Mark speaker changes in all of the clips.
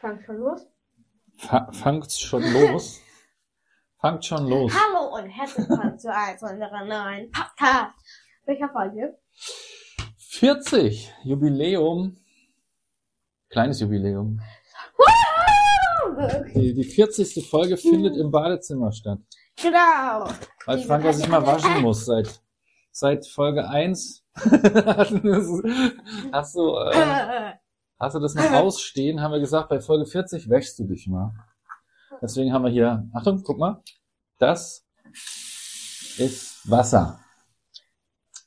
Speaker 1: Fangt schon los.
Speaker 2: Fa fangt schon los. fangt schon los.
Speaker 1: Hallo und herzlich willkommen zu einem unserer neuen Podcast. Welcher Folge?
Speaker 2: 40. Jubiläum. Kleines Jubiläum.
Speaker 1: Woo!
Speaker 2: Die, die 40. Folge findet im Badezimmer statt.
Speaker 1: Genau.
Speaker 2: Weil
Speaker 1: Die-
Speaker 2: Franka sich mal waschen muss seit, seit Folge 1. hast, du, äh,
Speaker 1: Äh,
Speaker 2: hast du das noch ausstehen? Haben wir gesagt, bei Folge 40 wäschst du dich mal. Deswegen haben wir hier, Achtung, guck mal. Das ist Wasser.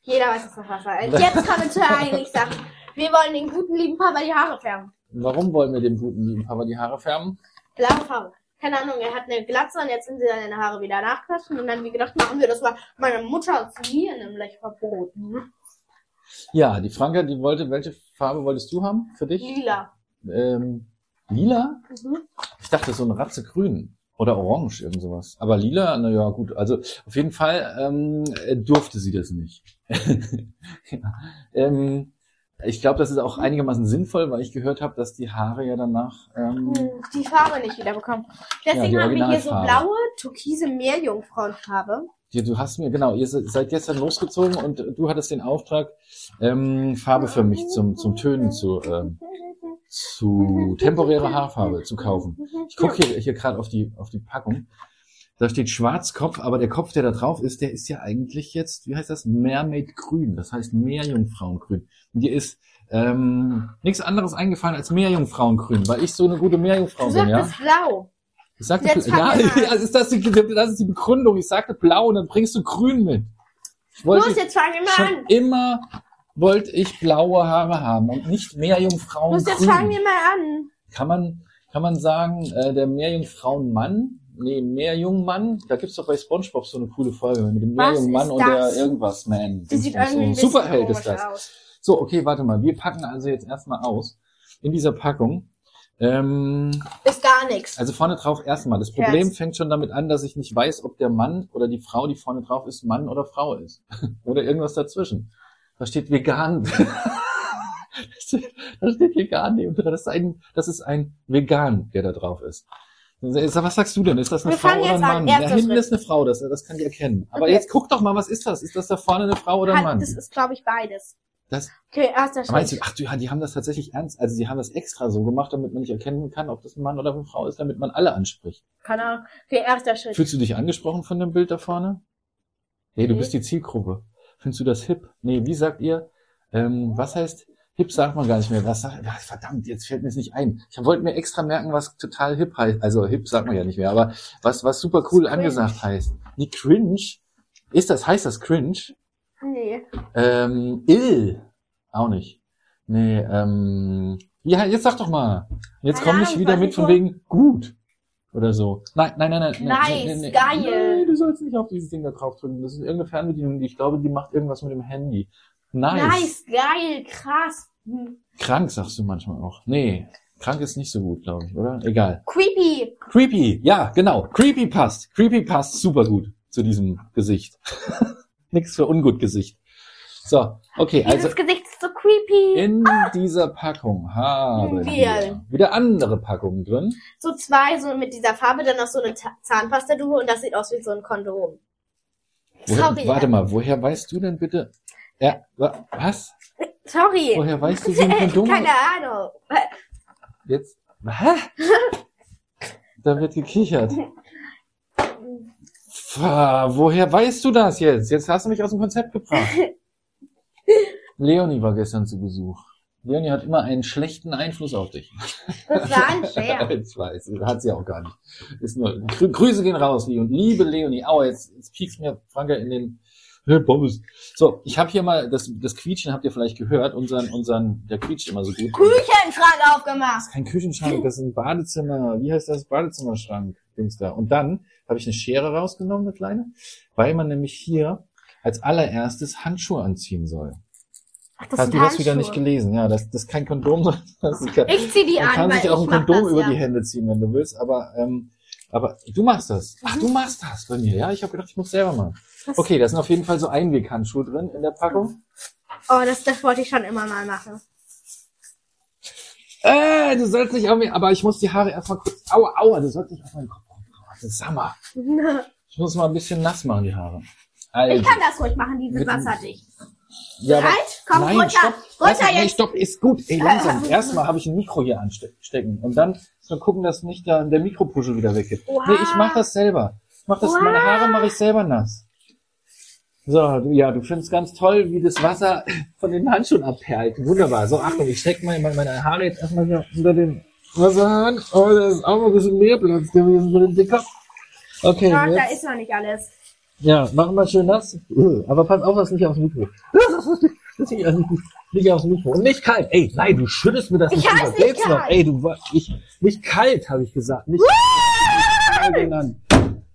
Speaker 1: jeder weiß, dass das Wasser ist. Jetzt kommen wir zu der eigentlichen Sache. Wir wollen den guten lieben Papa die Haare färben.
Speaker 2: Warum wollen wir dem guten lieben Papa die Haare färben?
Speaker 1: Blaue Farbe. Keine Ahnung, er hat eine Glatze und jetzt sind sie seine Haare wieder nachgewaschen. Und dann, wie gedacht, machen wir das mal. Meine Mutter hat es mir nämlich verboten.
Speaker 2: Ja, die Franka, die wollte, welche Farbe wolltest du haben für dich?
Speaker 1: Lila.
Speaker 2: Ähm, lila?
Speaker 1: Mhm.
Speaker 2: Ich dachte so eine Ratze grün oder orange, irgend sowas. Aber lila, na ja, gut. Also auf jeden Fall ähm, äh, durfte sie das nicht. ja. ähm, ich glaube, das ist
Speaker 1: Mhm.
Speaker 2: auch einigermaßen sinnvoll, weil ich gehört habe, dass die Haare ja danach ähm,
Speaker 1: Hm, Die Farbe nicht wiederbekommen. Deswegen
Speaker 2: die
Speaker 1: haben wir hier so
Speaker 2: Originalfarbe.
Speaker 1: blaue, türkise Meerjungfrauenfarbe.
Speaker 2: Ja, du hast mir, genau, ihr se- seid gestern losgezogen und du hattest den Auftrag, ähm, Farbe für mich zum, zum Tönen zu, ähm, zu temporäre Haarfarbe zu kaufen. Ich gucke hier, hier gerade auf die, auf die Packung. Da steht Schwarzkopf, aber der Kopf, der da drauf ist, der ist ja eigentlich jetzt, wie heißt das? Mermaid Grün. Das heißt Meerjungfrauengrün. Und dir ist ähm, nichts anderes eingefallen als Meerjungfrauengrün, weil ich so eine gute
Speaker 1: Du
Speaker 2: Meerjungfrau bin,
Speaker 1: sagst,
Speaker 2: ja?
Speaker 1: das ist blau.
Speaker 2: Ich sagte,
Speaker 1: Jetzt
Speaker 2: ja,
Speaker 1: fang mal an.
Speaker 2: ja ist das, die, das ist die Begründung. Ich sagte blau und dann bringst du grün mit. Ich wollte
Speaker 1: Los, jetzt fangen wir
Speaker 2: schon
Speaker 1: mal an.
Speaker 2: immer wollte ich blaue Haare haben und nicht Meerjungfrauen.
Speaker 1: Los, jetzt fangen wir mal an.
Speaker 2: Kann man, kann man sagen, äh, der Meerjungfrauenmann? Nee, Meerjungmann. Da gibt's doch bei SpongeBob so eine coole Folge mit dem
Speaker 1: Was
Speaker 2: Meerjungmann
Speaker 1: ist
Speaker 2: und der
Speaker 1: das?
Speaker 2: irgendwas Man.
Speaker 1: Die sieht irgendwie ein bisschen
Speaker 2: Superheld ist
Speaker 1: komisch
Speaker 2: das.
Speaker 1: aus.
Speaker 2: So, okay, warte mal. Wir packen also jetzt erstmal aus in dieser Packung. Ähm,
Speaker 1: Ist gar nichts.
Speaker 2: also vorne drauf erstmal. Das
Speaker 1: Herz.
Speaker 2: Problem fängt schon damit an, dass ich nicht weiß, ob der Mann oder die Frau, die vorne drauf ist, Mann oder Frau ist. oder irgendwas dazwischen. Da steht vegan. da steht vegan neben dran. Das ist ein, das ist ein vegan, der da drauf ist. Ich sag, Was sagst du denn? Ist das eine
Speaker 1: Wir
Speaker 2: Frau
Speaker 1: fangen
Speaker 2: oder ein
Speaker 1: jetzt an.
Speaker 2: Mann?
Speaker 1: Erster
Speaker 2: Ja, hinten
Speaker 1: Schritt.
Speaker 2: ist eine Frau, das, das kann ich erkennen. Aber
Speaker 1: Okay.
Speaker 2: jetzt guck doch mal, was ist das? Ist das da vorne eine Frau oder ein
Speaker 1: Hat,
Speaker 2: Mann?
Speaker 1: das ist, glaube ich, beides.
Speaker 2: Das-
Speaker 1: okay, erster
Speaker 2: Meinst du,
Speaker 1: Schritt.
Speaker 2: ach du, ja, die haben das tatsächlich ernst. Also die haben das extra so gemacht, damit man nicht erkennen kann, ob das ein Mann oder eine Frau ist, damit man alle anspricht.
Speaker 1: Keine Ahnung. Okay, erster Schritt.
Speaker 2: Fühlst du dich angesprochen von dem Bild da vorne? Nee, du
Speaker 1: Nee.
Speaker 2: bist die Zielgruppe. Findest du das hip? Nee, wie sagt ihr? Ähm, was heißt hip sagt man gar nicht mehr. Was sagt, ach, verdammt, jetzt fällt mir es nicht ein. Ich wollte mir extra merken, was total hip heißt. Also hip sagt man ja nicht mehr, aber was, was super cool
Speaker 1: Cringe.
Speaker 2: angesagt heißt. Nee, cringe. Ist das, heißt das cringe?
Speaker 1: Nee.
Speaker 2: Ähm, ill. Auch nicht. Nee, ähm, ja, jetzt sag doch mal. Jetzt
Speaker 1: Keine
Speaker 2: komm nicht
Speaker 1: Ahnung,
Speaker 2: wieder
Speaker 1: was
Speaker 2: mit
Speaker 1: ich
Speaker 2: von
Speaker 1: so-
Speaker 2: wegen gut. Oder so. Nein, nein, nein, nein.
Speaker 1: Nice, geil.
Speaker 2: Nee, du sollst nicht auf dieses Ding da drauf drücken. Das ist irgendeine Fernbedienung, die ich glaube, die macht irgendwas mit dem Handy. Nice.
Speaker 1: Nice, geil, krass. Hm.
Speaker 2: Krank sagst du manchmal auch. Nee, krank ist nicht so gut, glaube ich, oder? Egal.
Speaker 1: Creepy.
Speaker 2: Creepy, ja, genau. Creepy passt. Creepy passt super gut zu diesem Gesicht. Nix für ungut Gesicht. So, okay, also
Speaker 1: Dieses Gesicht ist so creepy.
Speaker 2: in dieser Packung
Speaker 1: Wir.
Speaker 2: haben wir wieder andere Packungen drin.
Speaker 1: so zwei, so mit dieser Farbe, dann noch so eine Ta- Zahnpasta-Duo und das sieht aus wie so ein Kondom.
Speaker 2: Woher,
Speaker 1: Sorry.
Speaker 2: warte mal, woher weißt du denn bitte? Ja, wa- was?
Speaker 1: Sorry.
Speaker 2: Woher weißt du so ein Kondom?
Speaker 1: Keine Ahnung.
Speaker 2: Jetzt. Hä? Da wird gekichert. Pfa, woher weißt du das jetzt? Jetzt hast du mich aus dem Konzept gebracht. Leonie war gestern zu Besuch. Leonie hat immer einen schlechten Einfluss auf dich.
Speaker 1: Das war ein Scherz.
Speaker 2: Ich weiß, hat sie auch gar nicht. Ist nur, Grü Grüße gehen raus, Leon. Liebe Leonie. Aua, jetzt, jetzt piekst mir Franke in den Hä, Pommes. So, ich habe hier mal, das, das Quietschen habt ihr vielleicht gehört, unseren, unseren, der quietscht immer so gut.
Speaker 1: Küchenschrank aufgemacht.
Speaker 2: Kein Küchenschrank, das ist ein Badezimmer. Wie heißt das? Badezimmerschrank. Dings da. Und dann habe ich eine Schere rausgenommen, eine kleine, weil man nämlich hier als allererstes Handschuhe anziehen soll.
Speaker 1: Ach,
Speaker 2: Hast du das wieder nicht gelesen? Ja, das, das ist kein Kondom, sondern das ist kein,
Speaker 1: Ich zieh die
Speaker 2: man
Speaker 1: an,
Speaker 2: kann
Speaker 1: weil
Speaker 2: sich auch ein
Speaker 1: ich mach
Speaker 2: Kondom
Speaker 1: das,
Speaker 2: über
Speaker 1: ja.
Speaker 2: die Hände ziehen, wenn du willst, aber, ähm, aber du machst das. Ach, du machst das bei mir, ja? Ich habe gedacht, ich muss selber machen.
Speaker 1: Mhm. Was?
Speaker 2: Okay, da sind auf jeden Fall so Einweghandschuhe drin in der Packung.
Speaker 1: Oh, das, das wollte ich schon immer mal machen.
Speaker 2: Äh, äh, du sollst nicht auf mich, aber ich muss die Haare erstmal kurz, aua, aua, du sollst nicht auf meinen Kopf rum. Oh, das ist Hammer. Ich muss mal ein bisschen nass machen, die Haare. Also,
Speaker 1: Ich kann das ruhig machen, dieses
Speaker 2: Mit-
Speaker 1: Wasserdicht.
Speaker 2: ja, aber-
Speaker 1: Bereit? Halt, Komm,
Speaker 2: nein,
Speaker 1: runter.
Speaker 2: stopp.
Speaker 1: Runter
Speaker 2: Lass- Nee,
Speaker 1: jetzt. Äh,
Speaker 2: stopp, ist gut. Ey, langsam. Erstmal habe ich ein Mikro hier anstecken. Und dann müssen wir gucken, dass nicht da der Mikropuschel wieder weggeht.
Speaker 1: Oha.
Speaker 2: Nee, ich mache das selber. Ich mach das,
Speaker 1: Oha.
Speaker 2: meine Haare mache ich selber nass. So, du, ja, du findest ganz toll, wie das Wasser von den Handschuhen abperlt. Wunderbar. So, Achtung, ich stecke meine, meine Haare jetzt erstmal hier unter den Wasserhahn. Oh, da ist auch mal ein bisschen mehr Platz gewesen für den Dicker. Okay,
Speaker 1: Ach, da
Speaker 2: jetzt.
Speaker 1: ist noch nicht alles.
Speaker 2: Ja, machen wir schön nass. Äh, Aber pass auf, dass nicht aufs Mikro. Das nicht nicht aufs Mikro. Und nicht kalt. Ey, nein, du schüttest mir das
Speaker 1: Ich
Speaker 2: nicht
Speaker 1: heiß
Speaker 2: rüber.
Speaker 1: nicht
Speaker 2: Geht's noch?
Speaker 1: kalt.
Speaker 2: Ey, du wa- ich nicht kalt, habe ich gesagt. Nicht kalt genannt.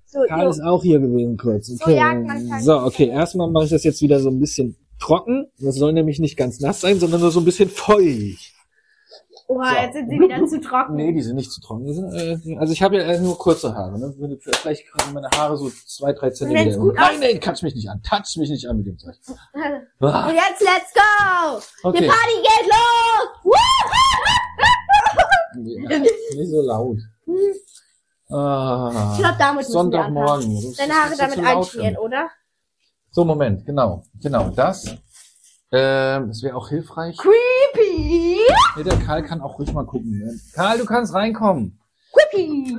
Speaker 1: So,
Speaker 2: Karl
Speaker 1: jo.
Speaker 2: ist auch hier gewesen kurz. Okay.
Speaker 1: jagt man Karl.
Speaker 2: so, okay, erstmal mache ich das jetzt wieder so ein bisschen trocken. Das soll nämlich nicht ganz nass sein, sondern nur so ein bisschen feucht.
Speaker 1: Oha,
Speaker 2: So.
Speaker 1: Oh, jetzt sind sie wieder zu trocken.
Speaker 2: Nee, die sind nicht zu trocken. Die sind, äh, also ich habe ja äh, nur kurze Haare. Ne? Vielleicht können meine Haare so zwei, drei Zentimeter.
Speaker 1: gut
Speaker 2: Nein, nein, touch mich nicht an. Touch mich nicht an mit dem Zeug. Ah.
Speaker 1: Und jetzt let's go!
Speaker 2: Okay.
Speaker 1: Die Party geht los! Woo!
Speaker 2: Ja, nicht so laut. Ah,
Speaker 1: Ich glaube, damit müssen wir anfangen.
Speaker 2: Sonntagmorgen. Das ist-
Speaker 1: Deine
Speaker 2: das
Speaker 1: Haare
Speaker 2: ist ja
Speaker 1: damit
Speaker 2: zu laut
Speaker 1: einschmieren,
Speaker 2: für
Speaker 1: oder?
Speaker 2: mich. So, Moment, genau. Genau, das. Ähm, das wäre auch hilfreich.
Speaker 1: Creepy!
Speaker 2: Nee, der Karl kann auch ruhig mal gucken. Ne? Karl, du kannst reinkommen.
Speaker 1: Creepy!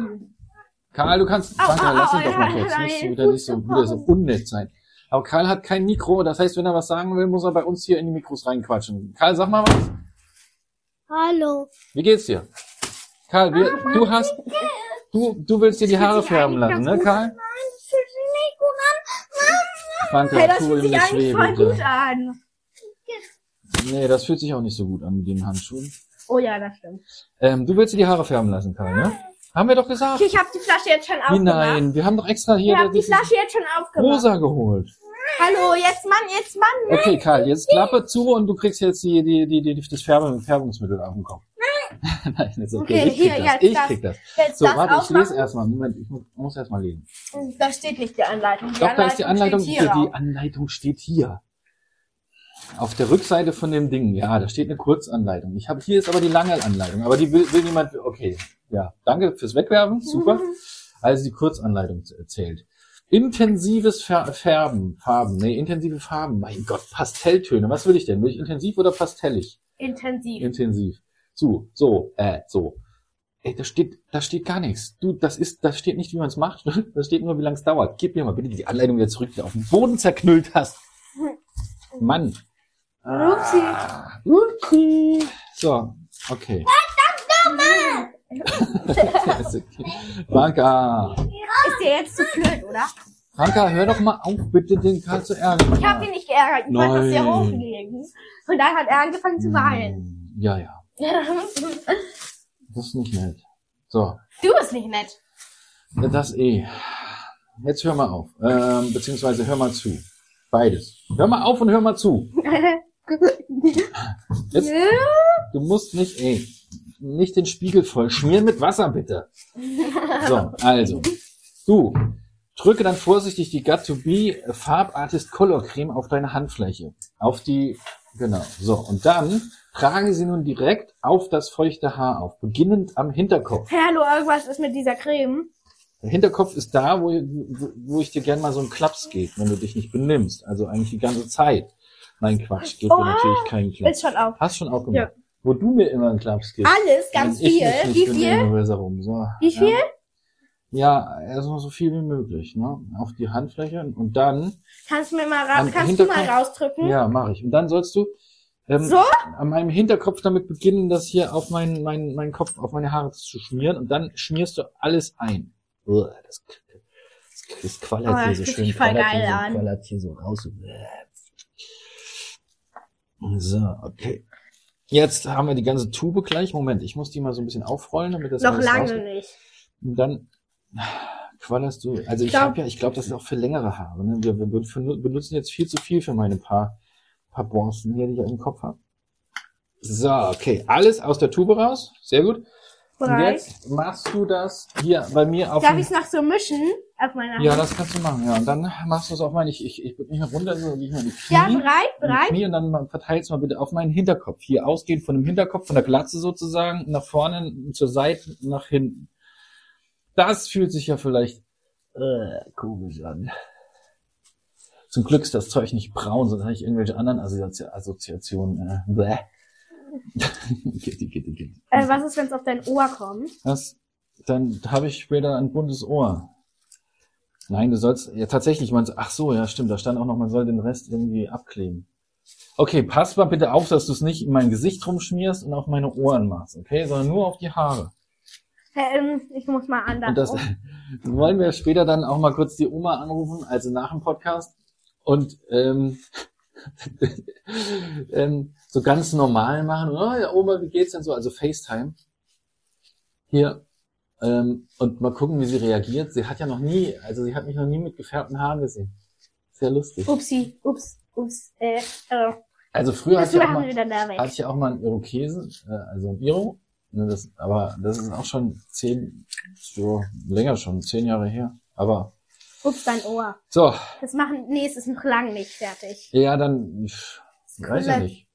Speaker 2: Karl, du kannst.
Speaker 1: Au,
Speaker 2: Danke,
Speaker 1: au,
Speaker 2: lass
Speaker 1: au,
Speaker 2: ihn doch mal
Speaker 1: ja,
Speaker 2: kurz.
Speaker 1: ja,
Speaker 2: Nicht so,
Speaker 1: ja,
Speaker 2: wieder, nicht so,
Speaker 1: Fuß
Speaker 2: wieder so
Speaker 1: gebrochen.
Speaker 2: unnett sein. Aber Karl hat kein Mikro. Das heißt, wenn er was sagen will, muss er bei uns hier in die Mikros reinquatschen. Karl, sag mal was.
Speaker 3: Hallo.
Speaker 2: Wie geht's dir? Karl, wir,
Speaker 1: Ah,
Speaker 2: du hast. Du, du willst dir die Haare
Speaker 1: sich
Speaker 2: färben
Speaker 1: eigentlich ganz
Speaker 2: lassen, ne,
Speaker 1: gut
Speaker 2: Karl? Danke,
Speaker 1: Hey, das fühlt
Speaker 2: ihm
Speaker 1: sich
Speaker 2: das
Speaker 1: eigentlich
Speaker 2: weh,
Speaker 1: voll
Speaker 2: bitte.
Speaker 1: gut an.
Speaker 2: Nee, das fühlt sich auch nicht so gut an mit den Handschuhen.
Speaker 1: Oh ja, das stimmt.
Speaker 2: Ähm, du willst dir die Haare färben lassen, Karl, ne?
Speaker 1: Ah.
Speaker 2: Haben wir doch gesagt.
Speaker 1: Okay, ich habe die Flasche jetzt schon
Speaker 2: Wie
Speaker 1: aufgemacht.
Speaker 2: nein, wir haben doch extra hier
Speaker 1: Wir haben die
Speaker 2: dieses
Speaker 1: Flasche jetzt schon aufgemacht.
Speaker 2: Rosa geholt.
Speaker 1: Hallo, jetzt Mann, jetzt Mann.
Speaker 2: Okay, Karl, jetzt Klappe zu und du kriegst jetzt die, die, die, die, das Färbe, Färbungsmittel auf den Kopf. Nein, das ist okay.
Speaker 1: Okay,
Speaker 2: ich krieg
Speaker 1: hier,
Speaker 2: das.
Speaker 1: jetzt
Speaker 2: Ich
Speaker 1: das.
Speaker 2: krieg das.
Speaker 1: Jetzt
Speaker 2: So,
Speaker 1: das
Speaker 2: warte, ich lese
Speaker 1: aufmachen.
Speaker 2: erstmal. Moment, ich muss- muss erstmal lesen.
Speaker 1: Da steht nicht die Anleitung. Die
Speaker 2: Doch, da ist die Anleitung.
Speaker 1: steht
Speaker 2: Die,
Speaker 1: hier
Speaker 2: die
Speaker 1: drauf.
Speaker 2: Anleitung steht hier. Auf der Rückseite von dem Ding. Ja, da steht eine Kurzanleitung. Ich habe hier ist aber die lange Anleitung. Aber die will, will niemand. Okay, ja, danke fürs Wegwerfen. Super.
Speaker 1: Mhm.
Speaker 2: Also die Kurzanleitung z- zählt. Intensives Fär- Färben, Farben, nee, intensive Farben. Mein Gott, Pastelltöne. Was will ich denn? Will ich intensiv oder pastellig?
Speaker 1: Intensiv.
Speaker 2: Intensiv. So, so, äh, so. Ey, da steht, da steht gar nichts. Du, das ist, das steht nicht, wie man es macht. Da steht nur, wie lange es dauert. Gib mir mal bitte die Anleitung wieder zurück, die du auf den Boden zerknüllt hast. Mann.
Speaker 1: Upsi.
Speaker 2: Upsi. So, okay. Ist okay. Danke.
Speaker 1: Ist dir jetzt zu blöd, oder?
Speaker 2: Franka, hör doch mal auf, bitte den Karl zu ärgern.
Speaker 1: Ich habe ihn nicht geärgert. Ich wollte das hier
Speaker 2: Nein.
Speaker 1: hochlegen. Und dann hat er angefangen zu weinen.
Speaker 2: Ja, ja. Das ist nicht nett. So,
Speaker 1: Du bist nicht nett.
Speaker 2: das eh. Jetzt hör mal auf. Ähm, beziehungsweise hör mal zu. Beides. Hör mal auf und hör mal zu. Jetzt, du musst nicht, ey, nicht den Spiegel voll schmieren mit Wasser, bitte. So, also. Du, drücke dann vorsichtig die Gut to Be Farbartist Color Creme auf deine Handfläche. Auf die, genau. So, und dann trage sie nun direkt auf das feuchte Haar auf, beginnend am Hinterkopf.
Speaker 1: Hey, hallo, irgendwas ist mit dieser Creme.
Speaker 2: Der Hinterkopf ist da, wo, wo, wo ich dir gern mal so einen Klaps gebe, wenn du dich nicht benimmst. Also eigentlich die ganze Zeit. Nein, Quatsch, gebe dir
Speaker 1: Oha,
Speaker 2: natürlich keinen Klaps.
Speaker 1: Ist schon auf.
Speaker 2: Hast schon auch gemacht. Wo du mir immer einen Klaps gibst.
Speaker 1: Alles, ganz
Speaker 2: Wenn ich
Speaker 1: viel.
Speaker 2: mich nicht
Speaker 1: Wie
Speaker 2: benehme,
Speaker 1: viel?
Speaker 2: Besserung. So,
Speaker 1: Wie viel?
Speaker 2: Ja, ja erstmal so viel wie möglich, ne? Auf die Handfläche und dann,
Speaker 1: Kannst du mir mal,
Speaker 2: Am
Speaker 1: ra kannst du mal
Speaker 2: Hinterkopf-
Speaker 1: rausdrücken?
Speaker 2: ja, mache ich. Und dann sollst du ähm,
Speaker 1: Hm? So?
Speaker 2: an meinem Hinterkopf damit beginnen, das hier auf meinen meinen meinen Kopf, auf meine Haare zu schmieren und dann schmierst du alles ein. Uah, Das, das, das quallert
Speaker 1: Oh,
Speaker 2: hier
Speaker 1: das
Speaker 2: so
Speaker 1: fühlt
Speaker 2: schön,
Speaker 1: sich voll
Speaker 2: quallert
Speaker 1: geil
Speaker 2: hier,
Speaker 1: an.
Speaker 2: so, quallert hier so raus. So, okay. Jetzt haben wir die ganze Tube gleich. Moment, ich muss die mal so ein bisschen aufrollen, damit das
Speaker 1: Noch
Speaker 2: alles rausgeht.
Speaker 1: lange nicht.
Speaker 2: Und dann quallerst du. Also ich
Speaker 1: glaub-
Speaker 2: glaube ja, ich glaube, das ist auch für längere Haare. Ne? Wir, wir ben- benutzen jetzt viel zu viel für meine paar, paar Bronzen hier, die ich im Kopf habe. So, okay. Alles aus der Tube raus. Sehr gut. Und
Speaker 1: Bereit?
Speaker 2: jetzt machst du das hier bei mir auf
Speaker 1: Darf
Speaker 2: dem-
Speaker 1: ich es noch so mischen? auf meine Hand.
Speaker 2: Ja, das kannst du machen, ja. Und dann machst du es auf meine, ich, ich, ich bin nicht mehr runter, sondern gehe ich mal in die Knie.
Speaker 1: Ja, bereit,
Speaker 2: in die
Speaker 1: bereit.
Speaker 2: Knie und dann verteilst mal bitte auf meinen Hinterkopf. Hier ausgehend von dem Hinterkopf, von der Glatze sozusagen, nach vorne, zur Seite, nach hinten. Das fühlt sich ja vielleicht äh, komisch an. Zum Glück ist das Zeug nicht braun, sonst hätte ich irgendwelche anderen Assozi Assoziationen. Äh, bäh. Kitty, kitty, kitty.
Speaker 1: Äh, was ist, wenn es auf dein Ohr kommt?
Speaker 2: Das, dann habe ich später ein buntes Ohr. Nein, du sollst, ja tatsächlich, man, ach so, ja stimmt, da stand auch noch, man soll den Rest irgendwie abkleben. Okay, pass mal bitte auf, dass du es nicht in mein Gesicht rumschmierst und auf meine Ohren machst, okay, sondern nur auf die Haare.
Speaker 1: Äh, ähm, ich muss mal
Speaker 2: Und das
Speaker 1: anders.
Speaker 2: wollen wir später dann auch mal kurz die Oma anrufen, also nach dem Podcast und ähm, ähm, so ganz normal machen. Oh, ja, Oma, wie geht's denn so? Also FaceTime. Hier. Ähm, und mal gucken, wie sie reagiert. Sie hat ja noch nie, also sie hat mich noch nie mit gefärbten Haaren gesehen. Sehr lustig.
Speaker 1: Upsi, ups, ups, äh, äh.
Speaker 2: Also früher
Speaker 1: Das
Speaker 2: hatte ich, auch
Speaker 1: machen wir wieder
Speaker 2: mal,
Speaker 1: da weg.
Speaker 2: hatte ich auch mal einen Irokesen, äh, also ein Iro. Ne, das, aber das ist auch schon zehn, so länger schon, zehn Jahre her. Aber
Speaker 1: Ups, dein Ohr.
Speaker 2: so,
Speaker 1: Das machen, nee, es ist noch lang nicht fertig.
Speaker 2: ja, dann pff, weiß ich
Speaker 1: Komplett
Speaker 2: nicht.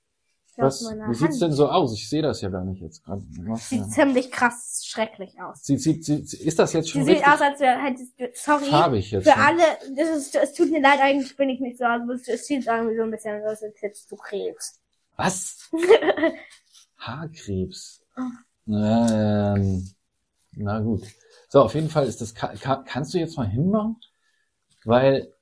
Speaker 1: Ich
Speaker 2: Was,
Speaker 1: glaub, meine
Speaker 2: wie sieht's
Speaker 1: Hand
Speaker 2: denn so aus? Ich sehe das ja gar nicht jetzt gerade. ne? Was,
Speaker 1: Sieht
Speaker 2: ja.
Speaker 1: ziemlich krass schrecklich aus.
Speaker 2: Sieht, sieht, sieht, ist das jetzt
Speaker 1: Sie
Speaker 2: schon
Speaker 1: sieht
Speaker 2: richtig
Speaker 1: aus, als wäre halt, sorry.
Speaker 2: farbig jetzt?
Speaker 1: Für
Speaker 2: schon?
Speaker 1: alle, das ist, es tut mir leid, eigentlich bin ich nicht so, aber es es sieht irgendwie so ein bisschen aus, als hättest du Krebs.
Speaker 2: Was? Haarkrebs.
Speaker 1: Oh.
Speaker 2: Ähm, na gut. So, auf jeden Fall ist das. Ka ka kannst du jetzt mal hinmachen? Weil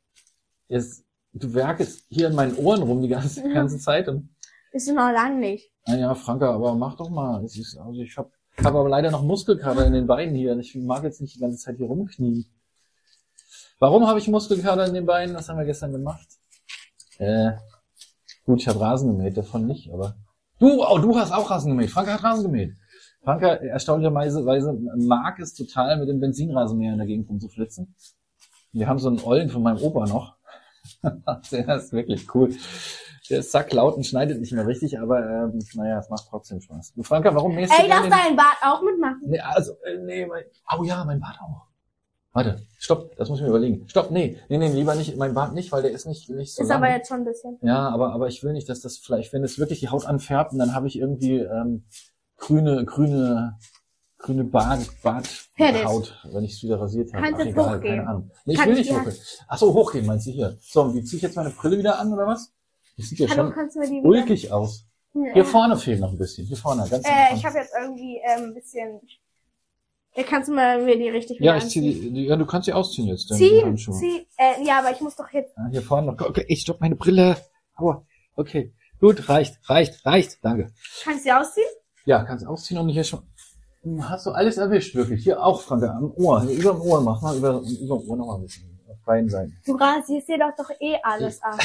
Speaker 2: es, du werkest hier in meinen Ohren rum die ganze,
Speaker 1: Ja.
Speaker 2: ganze Zeit. Und,
Speaker 1: Ist noch lang nicht.
Speaker 2: naja, Franka, aber mach doch mal. Es ist, also ich habe hab aber leider noch Muskelkater in den Beinen hier. Ich mag jetzt nicht die ganze Zeit hier rumknien. Warum habe ich Muskelkater in den Beinen? Das haben wir gestern gemacht. Äh, gut, ich habe Rasen gemäht, davon nicht, aber. Du, oh, du hast auch Rasen gemäht. Franka hat Rasen gemäht. Franka erstaunlicherweise Weise mag es total, mit dem Benzinrasenmäher in der Gegend rumzuflitzen. Wir haben so einen Ollen von meinem Opa noch. der ist wirklich cool. Der ist sacklaut und schneidet nicht mehr richtig, aber ähm, naja, es macht trotzdem Spaß. Und Franka, warum mähst
Speaker 1: Ey,
Speaker 2: du denn
Speaker 1: darf
Speaker 2: den...
Speaker 1: dein Bart auch mitmachen?
Speaker 2: Nee, also, äh, nee, mein... Oh ja, mein Bart auch. Warte, stopp, das muss ich mir überlegen. Stopp, nee, nee, nee, lieber nicht, mein Bart nicht, weil der ist nicht, nicht so
Speaker 1: Ist
Speaker 2: lang.
Speaker 1: aber jetzt schon ein bisschen.
Speaker 2: Ja, aber, aber ich will nicht, dass das vielleicht, wenn es wirklich die Haut anfärbt und dann habe ich irgendwie ähm, grüne, grüne, grüne Bart,
Speaker 1: Fertig.
Speaker 2: Barthaut, wenn ich es wieder rasiert habe.
Speaker 1: Kannst
Speaker 2: Ach,
Speaker 1: jetzt
Speaker 2: egal,
Speaker 1: hochgehen.
Speaker 2: keine Ahnung. Nee, ich
Speaker 1: Kann
Speaker 2: will
Speaker 1: ich
Speaker 2: nicht
Speaker 1: die
Speaker 2: hochgehen. Ach so, hochgehen meinst du hier. So, und wie ziehe ich jetzt meine Brille wieder an oder was? Das sieht ja
Speaker 1: Hallo,
Speaker 2: schon
Speaker 1: kannst du mir die wieder?
Speaker 2: ulkig aus. Hier
Speaker 1: Ja.
Speaker 2: vorne fehlt noch ein bisschen. Hier vorne, ganz am
Speaker 1: Äh,
Speaker 2: Anfang.
Speaker 1: ich habe jetzt irgendwie ähm, ein bisschen. Ja, kannst du mal mir die richtig wieder
Speaker 2: Ja, ich zieh
Speaker 1: anziehen?
Speaker 2: die, die, ja, du kannst sie ausziehen jetzt. dann, die
Speaker 1: Ziehen,
Speaker 2: Handschuhe.
Speaker 1: ziehen. Äh, ja, aber ich muss doch jetzt.
Speaker 2: Ja, hier vorne noch. Okay, ich stopp meine Brille. Aua. Okay. Gut, reicht, reicht, reicht. Danke.
Speaker 1: Kannst du die ausziehen?
Speaker 2: Ja, kannst ausziehen und hier schon. Hm, Hast du alles erwischt, wirklich. Hier auch, Franke, am Ohr. Hier über dem Ohr, mach mal über, über dem Ohr nochmal ein bisschen. Auf beiden Seiten.
Speaker 1: Du rasierst dir doch doch eh alles ab.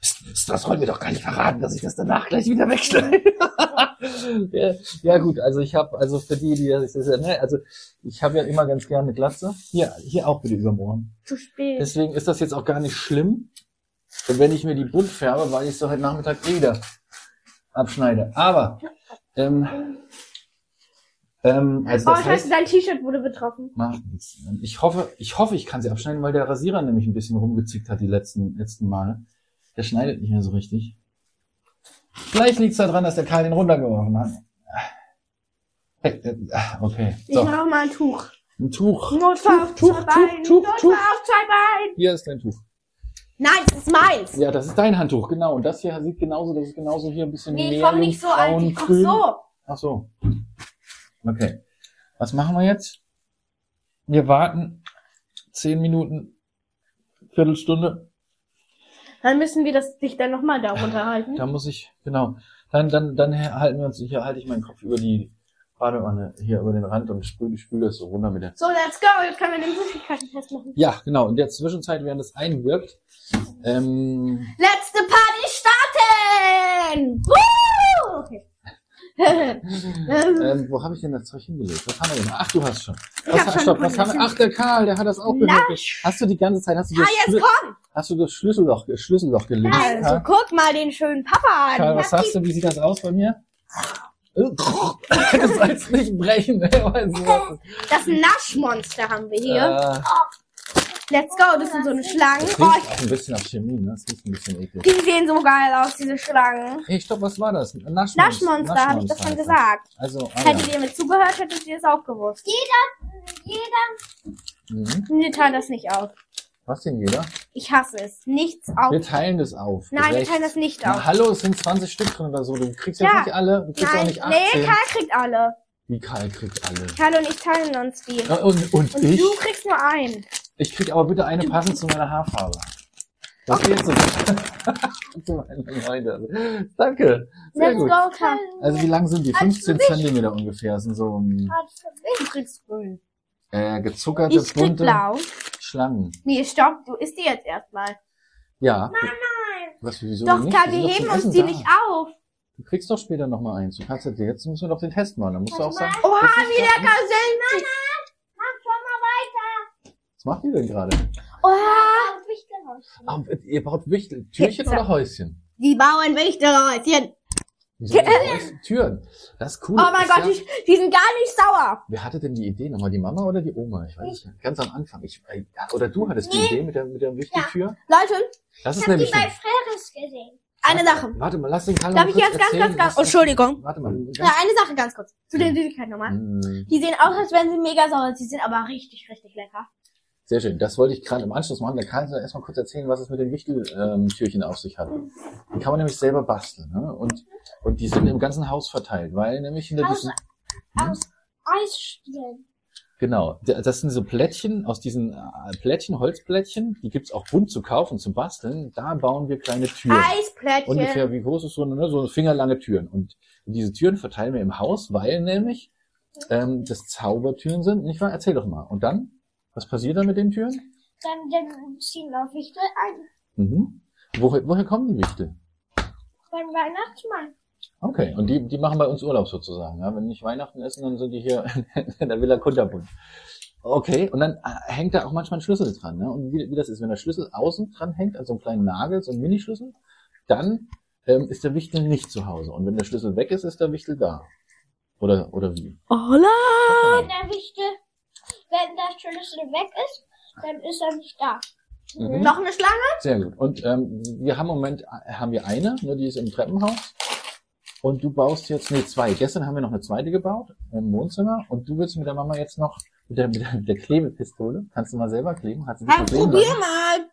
Speaker 2: Psst, psst, das wollen wir doch gar nicht verraten, dass ich das danach gleich wieder wegschneide. ja, ja, gut, also ich habe, also für die, die das ist ja, ne, also ich habe ja immer ganz gerne eine Glatze. Hier, hier auch bitte über dem Ohr.
Speaker 1: Zu spät.
Speaker 2: Deswegen ist das jetzt auch gar nicht schlimm, wenn ich mir die bunt färbe, weil ich sie heute Nachmittag eh wieder abschneide. Aber, ähm, ähm, also
Speaker 1: oh,
Speaker 2: das
Speaker 1: scheiße,
Speaker 2: heißt,
Speaker 1: dein T-Shirt wurde betroffen.
Speaker 2: macht nichts. Ich hoffe, ich hoffe, ich kann sie abschneiden, weil der Rasierer nämlich ein bisschen rumgezickt hat die letzten, letzten Male. Der schneidet nicht mehr so richtig. Vielleicht liegt's daran, dass der Karl den runtergeworfen hat. Hey, äh, Okay,
Speaker 1: Ich
Speaker 2: so,
Speaker 1: mach mal ein Tuch.
Speaker 2: ein Tuch.
Speaker 1: Notfall auf
Speaker 2: Tuch,
Speaker 1: zwei
Speaker 2: Tuch,
Speaker 1: Beinen.
Speaker 2: Tuch,
Speaker 1: Notfall
Speaker 2: Tuch.
Speaker 1: auf zwei Beinen.
Speaker 2: Hier ist dein Tuch.
Speaker 1: Nein, das ist meins.
Speaker 2: Ja, das ist dein Handtuch, genau. Und das hier sieht genauso, das ist genauso hier ein bisschen
Speaker 1: Nee,
Speaker 2: mehr
Speaker 1: ich komm nicht so alt. Ich komm
Speaker 2: jungfrauen-grün.
Speaker 1: so.
Speaker 2: Ach so. Okay. Was machen wir jetzt? Wir warten zehn Minuten, Viertelstunde.
Speaker 1: Dann müssen wir das dich dann nochmal da runterhalten.
Speaker 2: Da muss ich, genau. Dann, dann, dann halten wir uns, hier halte ich meinen Kopf über die Badewanne, hier über den Rand und spüle, spüle das so runter mit der.
Speaker 1: So, let's go. Jetzt können wir den Süßigkeiten-Test machen.
Speaker 2: Ja, genau. In der Zwischenzeit, während das einwirkt, ähm,
Speaker 1: Letzte Party starten! Woo! Okay.
Speaker 2: ähm, wo habe ich denn das Zeug hingelegt? Was haben wir denn? Ach, du hast schon.
Speaker 1: Ich
Speaker 2: Was,
Speaker 1: hab schon
Speaker 2: stopp, was
Speaker 1: gefunden,
Speaker 2: haben wir? Ach, der Karl, der hat das auch benutzt. Hast du die ganze Zeit, hast du das,
Speaker 1: Ah, jetzt
Speaker 2: Schlü-
Speaker 1: komm!
Speaker 2: hast du das Schlüsselloch, Schlüsselloch gelegt?
Speaker 1: Also,
Speaker 2: Karl,
Speaker 1: guck mal den schönen Papa
Speaker 2: Karl,
Speaker 1: an.
Speaker 2: was sagst du, wie sieht das aus bei mir? Du sollst nicht brechen. ey, weißt du was?
Speaker 1: Das Naschmonster haben wir hier. Oh
Speaker 2: Äh,
Speaker 1: Let's go. Das sind so eine Schlangen.
Speaker 2: Das riecht
Speaker 1: Oh, ich,
Speaker 2: auch ein bisschen nach Chemie, ne? Das riecht ein bisschen eklig.
Speaker 1: die sehen so geil aus, diese Schlangen.
Speaker 2: Hey, stopp, was war das? Naschmonster.
Speaker 1: Naschmonster, habe ich das
Speaker 2: Naschmonster
Speaker 1: schon
Speaker 2: heißt
Speaker 1: gesagt.
Speaker 2: das. Also, ah, ja.
Speaker 1: Hättet ihr mir zugehört, hättet ihr es auch gewusst.
Speaker 3: Jeder.
Speaker 2: mhm.
Speaker 1: Wir teilen das nicht auf.
Speaker 2: Was denn jeder?
Speaker 1: Ich hasse es. Nichts auf.
Speaker 2: Wir teilen das auf.
Speaker 1: Nein, wir
Speaker 2: Recht.
Speaker 1: teilen das nicht
Speaker 2: Na,
Speaker 1: auf.
Speaker 2: hallo, es sind 20 Stück drin oder so. Du kriegst ja.
Speaker 1: Ja.
Speaker 2: nicht alle. Du kriegst auch
Speaker 1: Nein,
Speaker 2: nicht
Speaker 1: nee,
Speaker 2: 18.
Speaker 1: Karl kriegt alle.
Speaker 2: Wie Karl kriegt alle.
Speaker 1: Karl und ich teilen uns die.
Speaker 2: Äh, Und, und,
Speaker 1: Und
Speaker 2: ich?
Speaker 1: du kriegst nur einen.
Speaker 2: Ich krieg aber bitte eine passend zu meiner Haarfarbe. Das okay. jetzt so. zu meiner Freude. Danke. Sehr
Speaker 1: Let's
Speaker 2: gut.
Speaker 1: go, Karl.
Speaker 2: Also wie lang sind die?
Speaker 3: Also
Speaker 2: 15 Zentimeter ungefähr. Das sind so ähm,
Speaker 1: Du kriegst grün.
Speaker 2: äh, gezuckerte,
Speaker 1: Ich krieg
Speaker 2: bunte
Speaker 1: blau.
Speaker 2: Schlangen.
Speaker 1: Nee, stopp, du isst die jetzt erstmal.
Speaker 2: Ja. Nein, nein. Was, wieso
Speaker 1: Doch,
Speaker 2: nicht?
Speaker 1: Karl,
Speaker 2: sind
Speaker 1: wir
Speaker 2: doch zum
Speaker 1: heben uns
Speaker 2: Essen
Speaker 1: die
Speaker 2: da.
Speaker 1: nicht auf.
Speaker 2: Du kriegst doch später nochmal eins. Du kannst jetzt, jetzt müssen wir doch den Test machen. Dann musst du auch sagen.
Speaker 1: Oha,
Speaker 2: das ist
Speaker 1: wie
Speaker 2: doch-
Speaker 1: der Gazelle.
Speaker 2: Was macht ihr denn gerade?
Speaker 1: Oha.
Speaker 2: Ah, ihr baut Wichtel. Türchen
Speaker 1: Pizza.
Speaker 2: oder Häuschen?
Speaker 1: Die bauen Wächterhäuschen.
Speaker 2: Wieso denn Häuschen? Türen. Das ist cool.
Speaker 1: Oh mein
Speaker 2: ist
Speaker 1: Gott,
Speaker 2: ja,
Speaker 1: die, die sind gar nicht sauer.
Speaker 2: Wer hatte denn die Idee? Nochmal die Mama oder die Oma? Ich weiß es nicht. Ganz am Anfang. Ich, äh, oder du hattest die Idee mit der, mit der Wichteltür?
Speaker 1: Leute,
Speaker 2: Das
Speaker 3: Ich
Speaker 2: ist
Speaker 3: hab die
Speaker 2: nämlich...
Speaker 3: bei
Speaker 2: eine-
Speaker 3: Freres gesehen.
Speaker 1: eine Sache.
Speaker 2: Warte mal, lass den Karl
Speaker 1: Darf ich
Speaker 2: noch kurz
Speaker 1: jetzt ganz,
Speaker 2: erzählen,
Speaker 1: ganz, ganz...
Speaker 2: was- Mhm.
Speaker 1: Entschuldigung.
Speaker 2: Warte mal.
Speaker 1: Ja, eine Sache ganz kurz. Zu den Süßigkeiten nochmal.
Speaker 2: Mm,
Speaker 1: Die sehen aus, als wären sie mega sauer. Sie sind aber richtig, richtig lecker.
Speaker 2: Sehr schön. Das wollte ich gerade im Anschluss machen. Der Karl soll erstmal kurz erzählen, was es mit den Wichteltürchen ähm, auf sich hat. Die kann man nämlich selber basteln. Ne? Und, und die sind im ganzen Haus verteilt, weil nämlich hinter
Speaker 3: Aus-
Speaker 2: diesen... Mhm.
Speaker 3: Aus Eis spielen.
Speaker 2: Genau, D- das sind so Plättchen aus diesen äh, Plättchen, Holzplättchen, die gibt's auch bunt zu kaufen, zum Basteln. Da bauen wir kleine Türen.
Speaker 1: Eisplättchen.
Speaker 2: Ungefähr wie groß ist so eine, ne, so fingerlange Türen. Und diese Türen verteilen wir im Haus, weil nämlich ähm, das Zaubertüren sind, nicht wahr? Erzähl doch mal. Und dann? Was passiert dann mit den Türen?
Speaker 3: Dann, dann ziehen auf Wichtel ein.
Speaker 2: Mhm. Woher, woher kommen die Wichtel?
Speaker 3: Beim Weihnachtsmann.
Speaker 2: Okay, und die, die machen bei uns Urlaub sozusagen. Ja? Wenn nicht Weihnachten ist, dann sind die hier in der Villa Kunterbund. Okay, und dann äh, hängt da auch manchmal ein Schlüssel dran. Ne? Und wie, wie das ist, wenn der Schlüssel außen dran hängt, an so einem kleinen Nagel, so einem Minischlüssel, dann ähm, ist der Wichtel nicht zu Hause. Und wenn der Schlüssel weg ist, ist der Wichtel da. Oder, oder wie?
Speaker 1: Hola.
Speaker 3: Wenn der Wichtel, wenn der Schlüssel weg ist, dann ist er nicht da.
Speaker 2: Mhm.
Speaker 1: Noch eine Schlange?
Speaker 2: Sehr gut. Und ähm, wir haben im Moment äh, haben wir eine, nur die ist im Treppenhaus. Und du baust jetzt, nee, zwei. Gestern haben wir noch eine zweite gebaut im Wohnzimmer. Und du willst mit der Mama jetzt noch mit der, mit der, mit der Klebepistole, kannst du mal selber kleben, hat sie nicht
Speaker 1: Hey,
Speaker 2: gesehen.
Speaker 1: probier mal.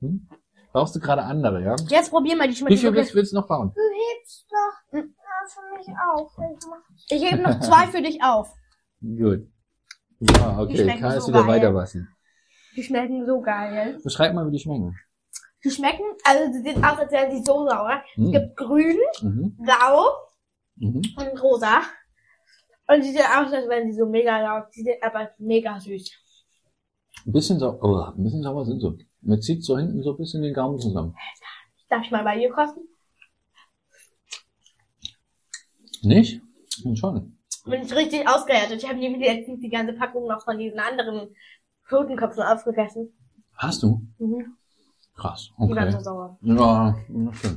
Speaker 2: Hm? Baust du gerade andere, ja?
Speaker 1: Jetzt probier mal die
Speaker 2: Wie viel
Speaker 1: schmecken. wirklich-
Speaker 2: willst, willst du noch bauen?
Speaker 3: Du hebst doch äh, für mich auf. Ich mach
Speaker 1: Ich hebe noch zwei für dich auf.
Speaker 2: Gut. Ja,
Speaker 1: Die
Speaker 2: okay,
Speaker 1: schmecken
Speaker 2: kannst
Speaker 1: so
Speaker 2: du wieder
Speaker 1: geil.
Speaker 2: weiter waschen.
Speaker 1: Die schmecken so geil.
Speaker 2: Beschreib mal, wie die schmecken.
Speaker 1: Die schmecken, also sie sehen aus, als wären sie so sauer. Es
Speaker 2: Mhm.
Speaker 1: gibt grün,
Speaker 2: Mhm.
Speaker 1: blau
Speaker 2: Mhm.
Speaker 1: und rosa. Und sie sehen aus, als wären sie so mega laut. Sie sind aber mega süß.
Speaker 2: Ein bisschen sauer, oh, ein bisschen sauer sind sie. Man zieht so hinten so ein bisschen den Gaumen zusammen.
Speaker 1: Darf ich mal bei dir kosten?
Speaker 2: Nicht? Und schon.
Speaker 1: Bin
Speaker 2: Mhm.
Speaker 1: ich richtig ausgehärtet. Ich habe nämlich letztens die ganze Packung noch von diesen anderen Totenköpfen aufgegessen.
Speaker 2: Hast du?
Speaker 1: Mhm.
Speaker 2: Krass,
Speaker 1: Die waren
Speaker 2: okay.
Speaker 1: so sauer.
Speaker 2: Ja, na schön.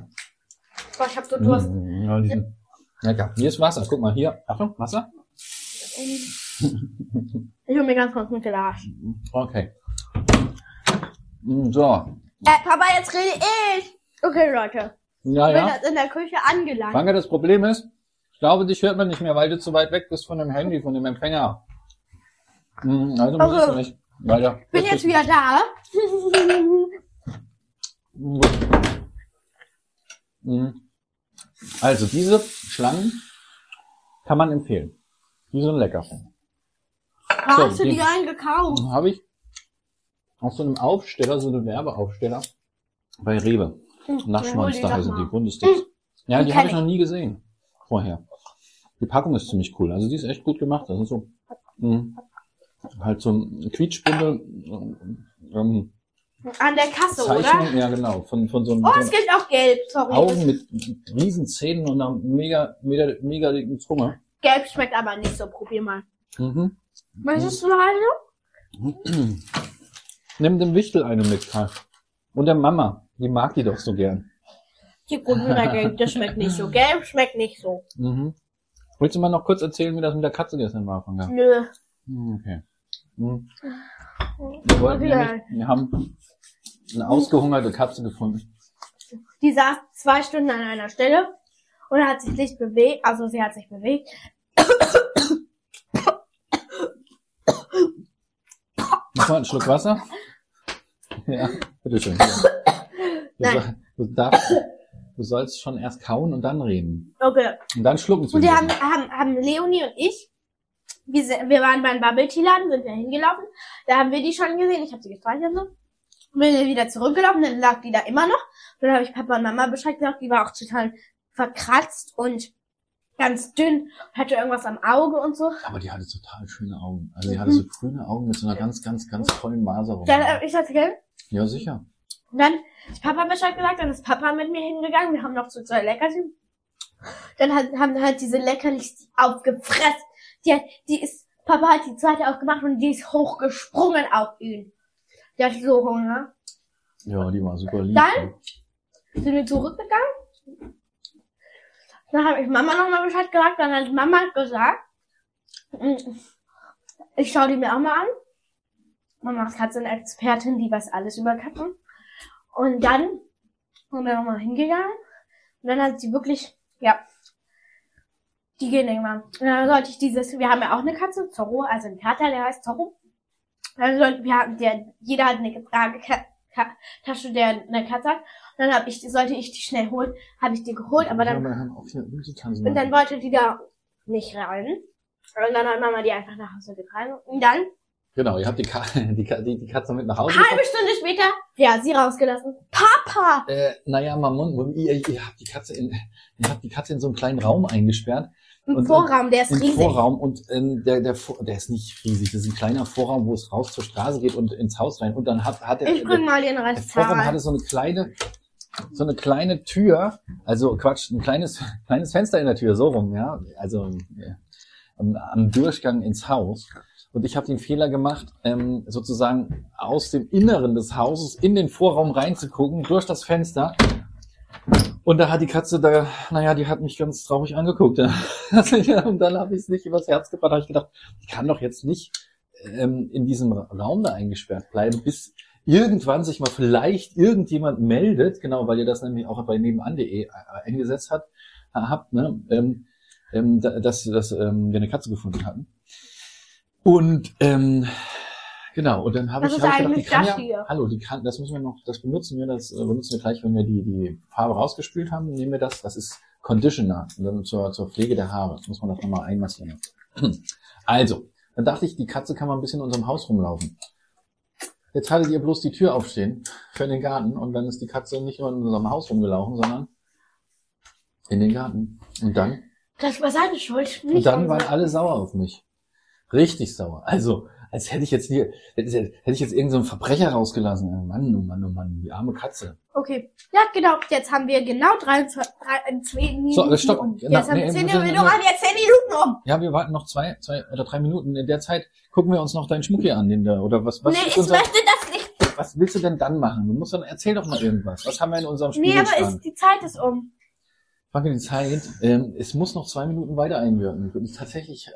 Speaker 1: Boah, ich hab so Durst.
Speaker 2: Mm, Ja, die sind lecker. Hier ist Wasser. Guck mal, hier. Achtung, Wasser.
Speaker 1: Ich hol mir ganz kurz einen Glas.
Speaker 2: Mhm. Okay. Mm, So.
Speaker 1: Äh, Papa, jetzt rede ich. Okay, Leute. Ich
Speaker 2: Ja,
Speaker 1: bin
Speaker 2: Ah, ja.
Speaker 1: jetzt in der Küche angelangt.
Speaker 2: Bange, das Problem ist, ich glaube, dich hört man nicht mehr, weil du zu weit weg bist von dem Handy, von dem Empfänger. Mm, Also musst du
Speaker 1: Okay.
Speaker 2: nicht weiter.
Speaker 1: Ich bin jetzt wieder da.
Speaker 2: Mhm. Also diese Schlangen kann man empfehlen. Die sind lecker.
Speaker 1: Hast
Speaker 2: So,
Speaker 1: du
Speaker 2: die-
Speaker 1: die einen gekauft?
Speaker 2: Dann habe ich auf so einem Aufsteller, so einem Werbeaufsteller bei Rewe. Naschmonster
Speaker 1: Ja, Hm, hol die doch
Speaker 2: heißen die,
Speaker 1: mal. Hm,
Speaker 2: Bundesdicks. Ja,
Speaker 1: die
Speaker 2: die
Speaker 1: kenn
Speaker 2: habe ich noch nie gesehen vorher. Die Packung ist ziemlich cool. Also die ist echt gut gemacht. Das sind so mh, halt so ein Quietschbunde ähm,
Speaker 1: An der Kasse, oder?
Speaker 2: Zeichnung, ja genau, von, von so einem,
Speaker 1: Oh,
Speaker 2: so
Speaker 1: es
Speaker 2: einem
Speaker 1: gibt auch gelb, sorry.
Speaker 2: Augen mit riesen Zähnen und einer mega, mega, mega dicken Zunge.
Speaker 1: Gelb schmeckt aber nicht so, probier mal.
Speaker 2: Mhm.
Speaker 1: Möchtest du noch eine?
Speaker 2: Nimm dem Wichtel eine mit, Karl. Und der Mama, die mag die doch so gern.
Speaker 1: Die Grundmüller gelb, das schmeckt nicht so. Gelb schmeckt nicht so.
Speaker 2: Mhm. Willst du mal noch kurz erzählen, wie das mit der Katze gestern war, Franka?
Speaker 1: Nö.
Speaker 2: Mhm, Okay. Mhm. Wir wollten
Speaker 1: Okay.
Speaker 2: nämlich, wir haben eine ausgehungerte Katze gefunden.
Speaker 1: Die saß zwei Stunden an einer Stelle und hat sich nicht bewegt, also sie hat sich bewegt.
Speaker 2: Noch mal einen Schluck Wasser? Ja, bitteschön. Du,
Speaker 1: Nein.
Speaker 2: soll- du, darfst, du sollst schon erst kauen und dann reden.
Speaker 1: Okay.
Speaker 2: Und dann schlucken zu
Speaker 1: Und wir haben, haben, haben Leonie und ich, wir, se- wir waren beim Bubble Tea Laden, sind wir hingelaufen, da haben wir die schon gesehen, ich habe sie gestreichelt und so. Und bin wir wieder zurückgelaufen, dann lag die da immer noch. Dann habe ich Papa und Mama Bescheid gesagt, die war auch total verkratzt und ganz dünn, hatte irgendwas am Auge und so.
Speaker 2: Aber die hatte total schöne Augen. Also die
Speaker 1: Mhm.
Speaker 2: hatte so grüne Augen mit so einer ganz, ganz, ganz tollen Maserung.
Speaker 1: Dann habe ich das gell?
Speaker 2: Ja, sicher.
Speaker 1: Und dann hat Papa Bescheid gesagt, dann ist Papa mit mir hingegangen. Wir haben noch zu zwei Leckerchen. Dann hat, haben halt diese Leckerlis aufgefressen. Die, hat, die ist, Papa hat die zweite aufgemacht und die ist hochgesprungen auf ihn. Die hatte so Hunger.
Speaker 2: Ja, die war super lieb.
Speaker 1: Dann? Sind wir zurückgegangen. Dann habe ich Mama nochmal Bescheid gesagt. Dann hat Mama gesagt, mm, ich schaue die mir auch mal an. Mama ist Katze eine Expertin, die weiß alles über Katzen. Und dann sind wir nochmal hingegangen. Und dann hat sie wirklich, ja, die gehen irgendwann. Und dann sollte ich dieses, wir haben ja auch eine Katze, Zorro, also ein Kater, der heißt Zorro. Dann sollte, wir haben, der, jeder hat eine Fragetasche, der eine Katze hat. Und dann hab ich, die- sollte ich die schnell holen, habe ich die geholt, aber dann
Speaker 2: Ja, wir haben auch hier Tanzen.
Speaker 1: und dann wollte die da nicht rein. Und dann hat Mama die einfach nach Hause getragen. Und dann,
Speaker 2: Genau, ihr habt die, Ka die, Ka die, die Katze mit nach Hause
Speaker 1: halbe Stunde später, ja, sie rausgelassen. Papa!
Speaker 2: Äh, naja, Mammon, ihr, ihr, habt die Katze in, ihr habt die Katze in so einen kleinen Raum eingesperrt,
Speaker 1: Im
Speaker 2: Und-
Speaker 1: Vorraum, der ist
Speaker 2: im
Speaker 1: riesig.
Speaker 2: Vorraum und ähm, der, der, Vor- der ist nicht riesig, das ist ein kleiner Vorraum, wo es raus zur Straße geht und ins Haus rein. Und dann hat, hat der,
Speaker 1: Ich bring
Speaker 2: der,
Speaker 1: mal den
Speaker 2: der Vorraum
Speaker 1: Restzahl.
Speaker 2: Äh, hatte so eine kleine, so eine kleine Tür, also Quatsch, ein kleines, kleines Fenster in der Tür, so rum, ja, also äh, am, am Durchgang ins Haus. Und ich habe den Fehler gemacht, ähm, sozusagen aus dem Inneren des Hauses in den Vorraum reinzugucken, durch das Fenster. Und da hat die Katze da, naja, die hat mich ganz traurig angeguckt. Ja. Und dann habe ich es nicht übers Herz gebracht. Da habe ich gedacht, die kann doch jetzt nicht ähm, in diesem Raum da eingesperrt bleiben, bis irgendwann sich mal vielleicht irgendjemand meldet, genau, weil ihr das nämlich auch bei nebenan.de äh, eingesetzt hat, habt, ne? ähm, ähm, da- dass, dass ähm, wir eine Katze gefunden hatten. Und ähm, genau, und dann habe
Speaker 1: Das
Speaker 2: ich,
Speaker 1: ist
Speaker 2: hab ich gedacht, die
Speaker 1: eigentlich
Speaker 2: kann
Speaker 1: das
Speaker 2: ja,
Speaker 1: hier.
Speaker 2: hallo, die kann, das müssen wir noch, das benutzen wir, das äh, benutzen wir gleich, wenn wir die, die Farbe rausgespült haben, nehmen wir das, das ist Conditioner und dann zur, zur Pflege der Haare. Das muss man das nochmal einmassieren. Also, dann dachte ich, die Katze kann mal ein bisschen in unserem Haus rumlaufen. Jetzt hattet ihr bloß die Tür aufstehen für den Garten und dann ist die Katze nicht nur in unserem Haus rumgelaufen, sondern in den Garten. Und dann
Speaker 1: Das war seine Schuld.
Speaker 2: und
Speaker 1: Nicht
Speaker 2: dann
Speaker 1: unsere.
Speaker 2: waren alle sauer auf mich. Richtig sauer. Also, als hätte ich jetzt hier, hätte ich jetzt irgendeinen so einen Verbrecher rausgelassen. Ja, Mann, oh Mann, oh Mann, die arme Katze.
Speaker 1: Okay. Ja, genau. Jetzt haben wir genau drei, drei, zwei Minuten
Speaker 2: So, äh, stopp.
Speaker 1: um.
Speaker 2: Genau,
Speaker 1: Jetzt haben
Speaker 2: nee,
Speaker 1: wir zehn
Speaker 2: wir müssen-
Speaker 1: Minuten um. Jetzt zehn Minuten um.
Speaker 2: Ja, wir warten noch zwei, zwei oder drei Minuten. In der Zeit gucken wir uns noch deinen Schmuck hier an, den da, oder was, was,
Speaker 1: nee,
Speaker 2: ist
Speaker 1: ich
Speaker 2: unser,
Speaker 1: möchte das nicht.
Speaker 2: was willst du denn dann machen? Du musst dann, erzähl doch mal irgendwas. Was haben wir in unserem
Speaker 1: Nee,
Speaker 2: Spiegelschrank?
Speaker 1: aber ist, die Zeit ist um.
Speaker 2: Danke die Zeit. Ähm, es muss noch zwei Minuten weiter einwirken. Und tatsächlich äh,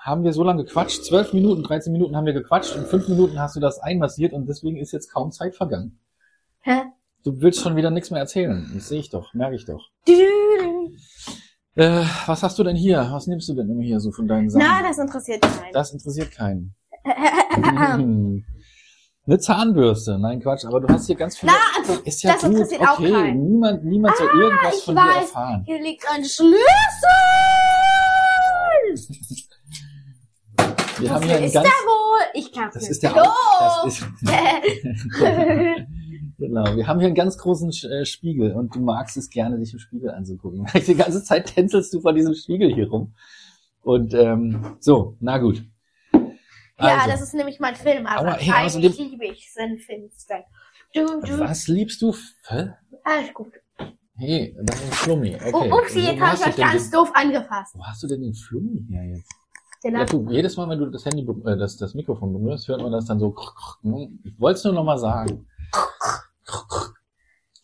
Speaker 2: haben wir so lange gequatscht. Zwölf Minuten, 13 Minuten haben wir gequatscht und fünf Minuten hast du das einmassiert und deswegen ist jetzt kaum Zeit vergangen.
Speaker 1: Hä?
Speaker 2: Du willst schon wieder nichts mehr erzählen. Das sehe ich doch, merke ich doch.
Speaker 1: Dü-dü-dü.
Speaker 2: Äh, was hast du denn hier? Was nimmst du denn immer hier so von deinen Sachen?
Speaker 1: Na, das interessiert keinen.
Speaker 2: Das interessiert keinen. Eine Zahnbürste. Nein, Quatsch, aber du hast hier ganz viel.
Speaker 1: Na, also,
Speaker 2: ist
Speaker 1: das interessiert auch keinen. Ah,
Speaker 2: Niemand, niemand soll irgendwas
Speaker 1: ich
Speaker 2: von dir
Speaker 1: weiß.
Speaker 2: erfahren.
Speaker 1: hier liegt ein Schlüssel. Was
Speaker 2: Wir haben hier ein
Speaker 1: ist
Speaker 2: ganz,
Speaker 1: da wohl? Ich kann
Speaker 2: das
Speaker 1: nicht.
Speaker 2: ist der,
Speaker 1: los.
Speaker 2: Au- das ist, Genau, wir haben hier einen ganz großen Sch- äh, Spiegel und du magst es gerne, dich im Spiegel anzugucken. Die ganze Zeit tänzelst du vor diesem Spiegel hier rum. Und ähm, so, na gut.
Speaker 1: ja,
Speaker 2: Also,
Speaker 1: das ist nämlich mein Film, aber
Speaker 2: Aua, hey, also
Speaker 1: eigentlich liebe ich Sinnfinster. Du, du,
Speaker 2: was liebst du? Hä?
Speaker 1: alles gut.
Speaker 2: Hey, das ist ein Flummi. Okay.
Speaker 1: Oh, upsi,
Speaker 2: Wo
Speaker 1: jetzt habe
Speaker 2: hast
Speaker 1: ich
Speaker 2: du
Speaker 1: euch
Speaker 2: denn
Speaker 1: ganz
Speaker 2: den-
Speaker 1: doof angefasst.
Speaker 2: Wo hast du denn den Flummi her jetzt?
Speaker 1: Den
Speaker 2: Ja,
Speaker 1: hab-
Speaker 2: du, jedes Mal, wenn du das Handy, be- äh, das, das Mikrofon benutzt, hört man das dann so. krr, krr. Hm, Ich wollte es nur nochmal sagen.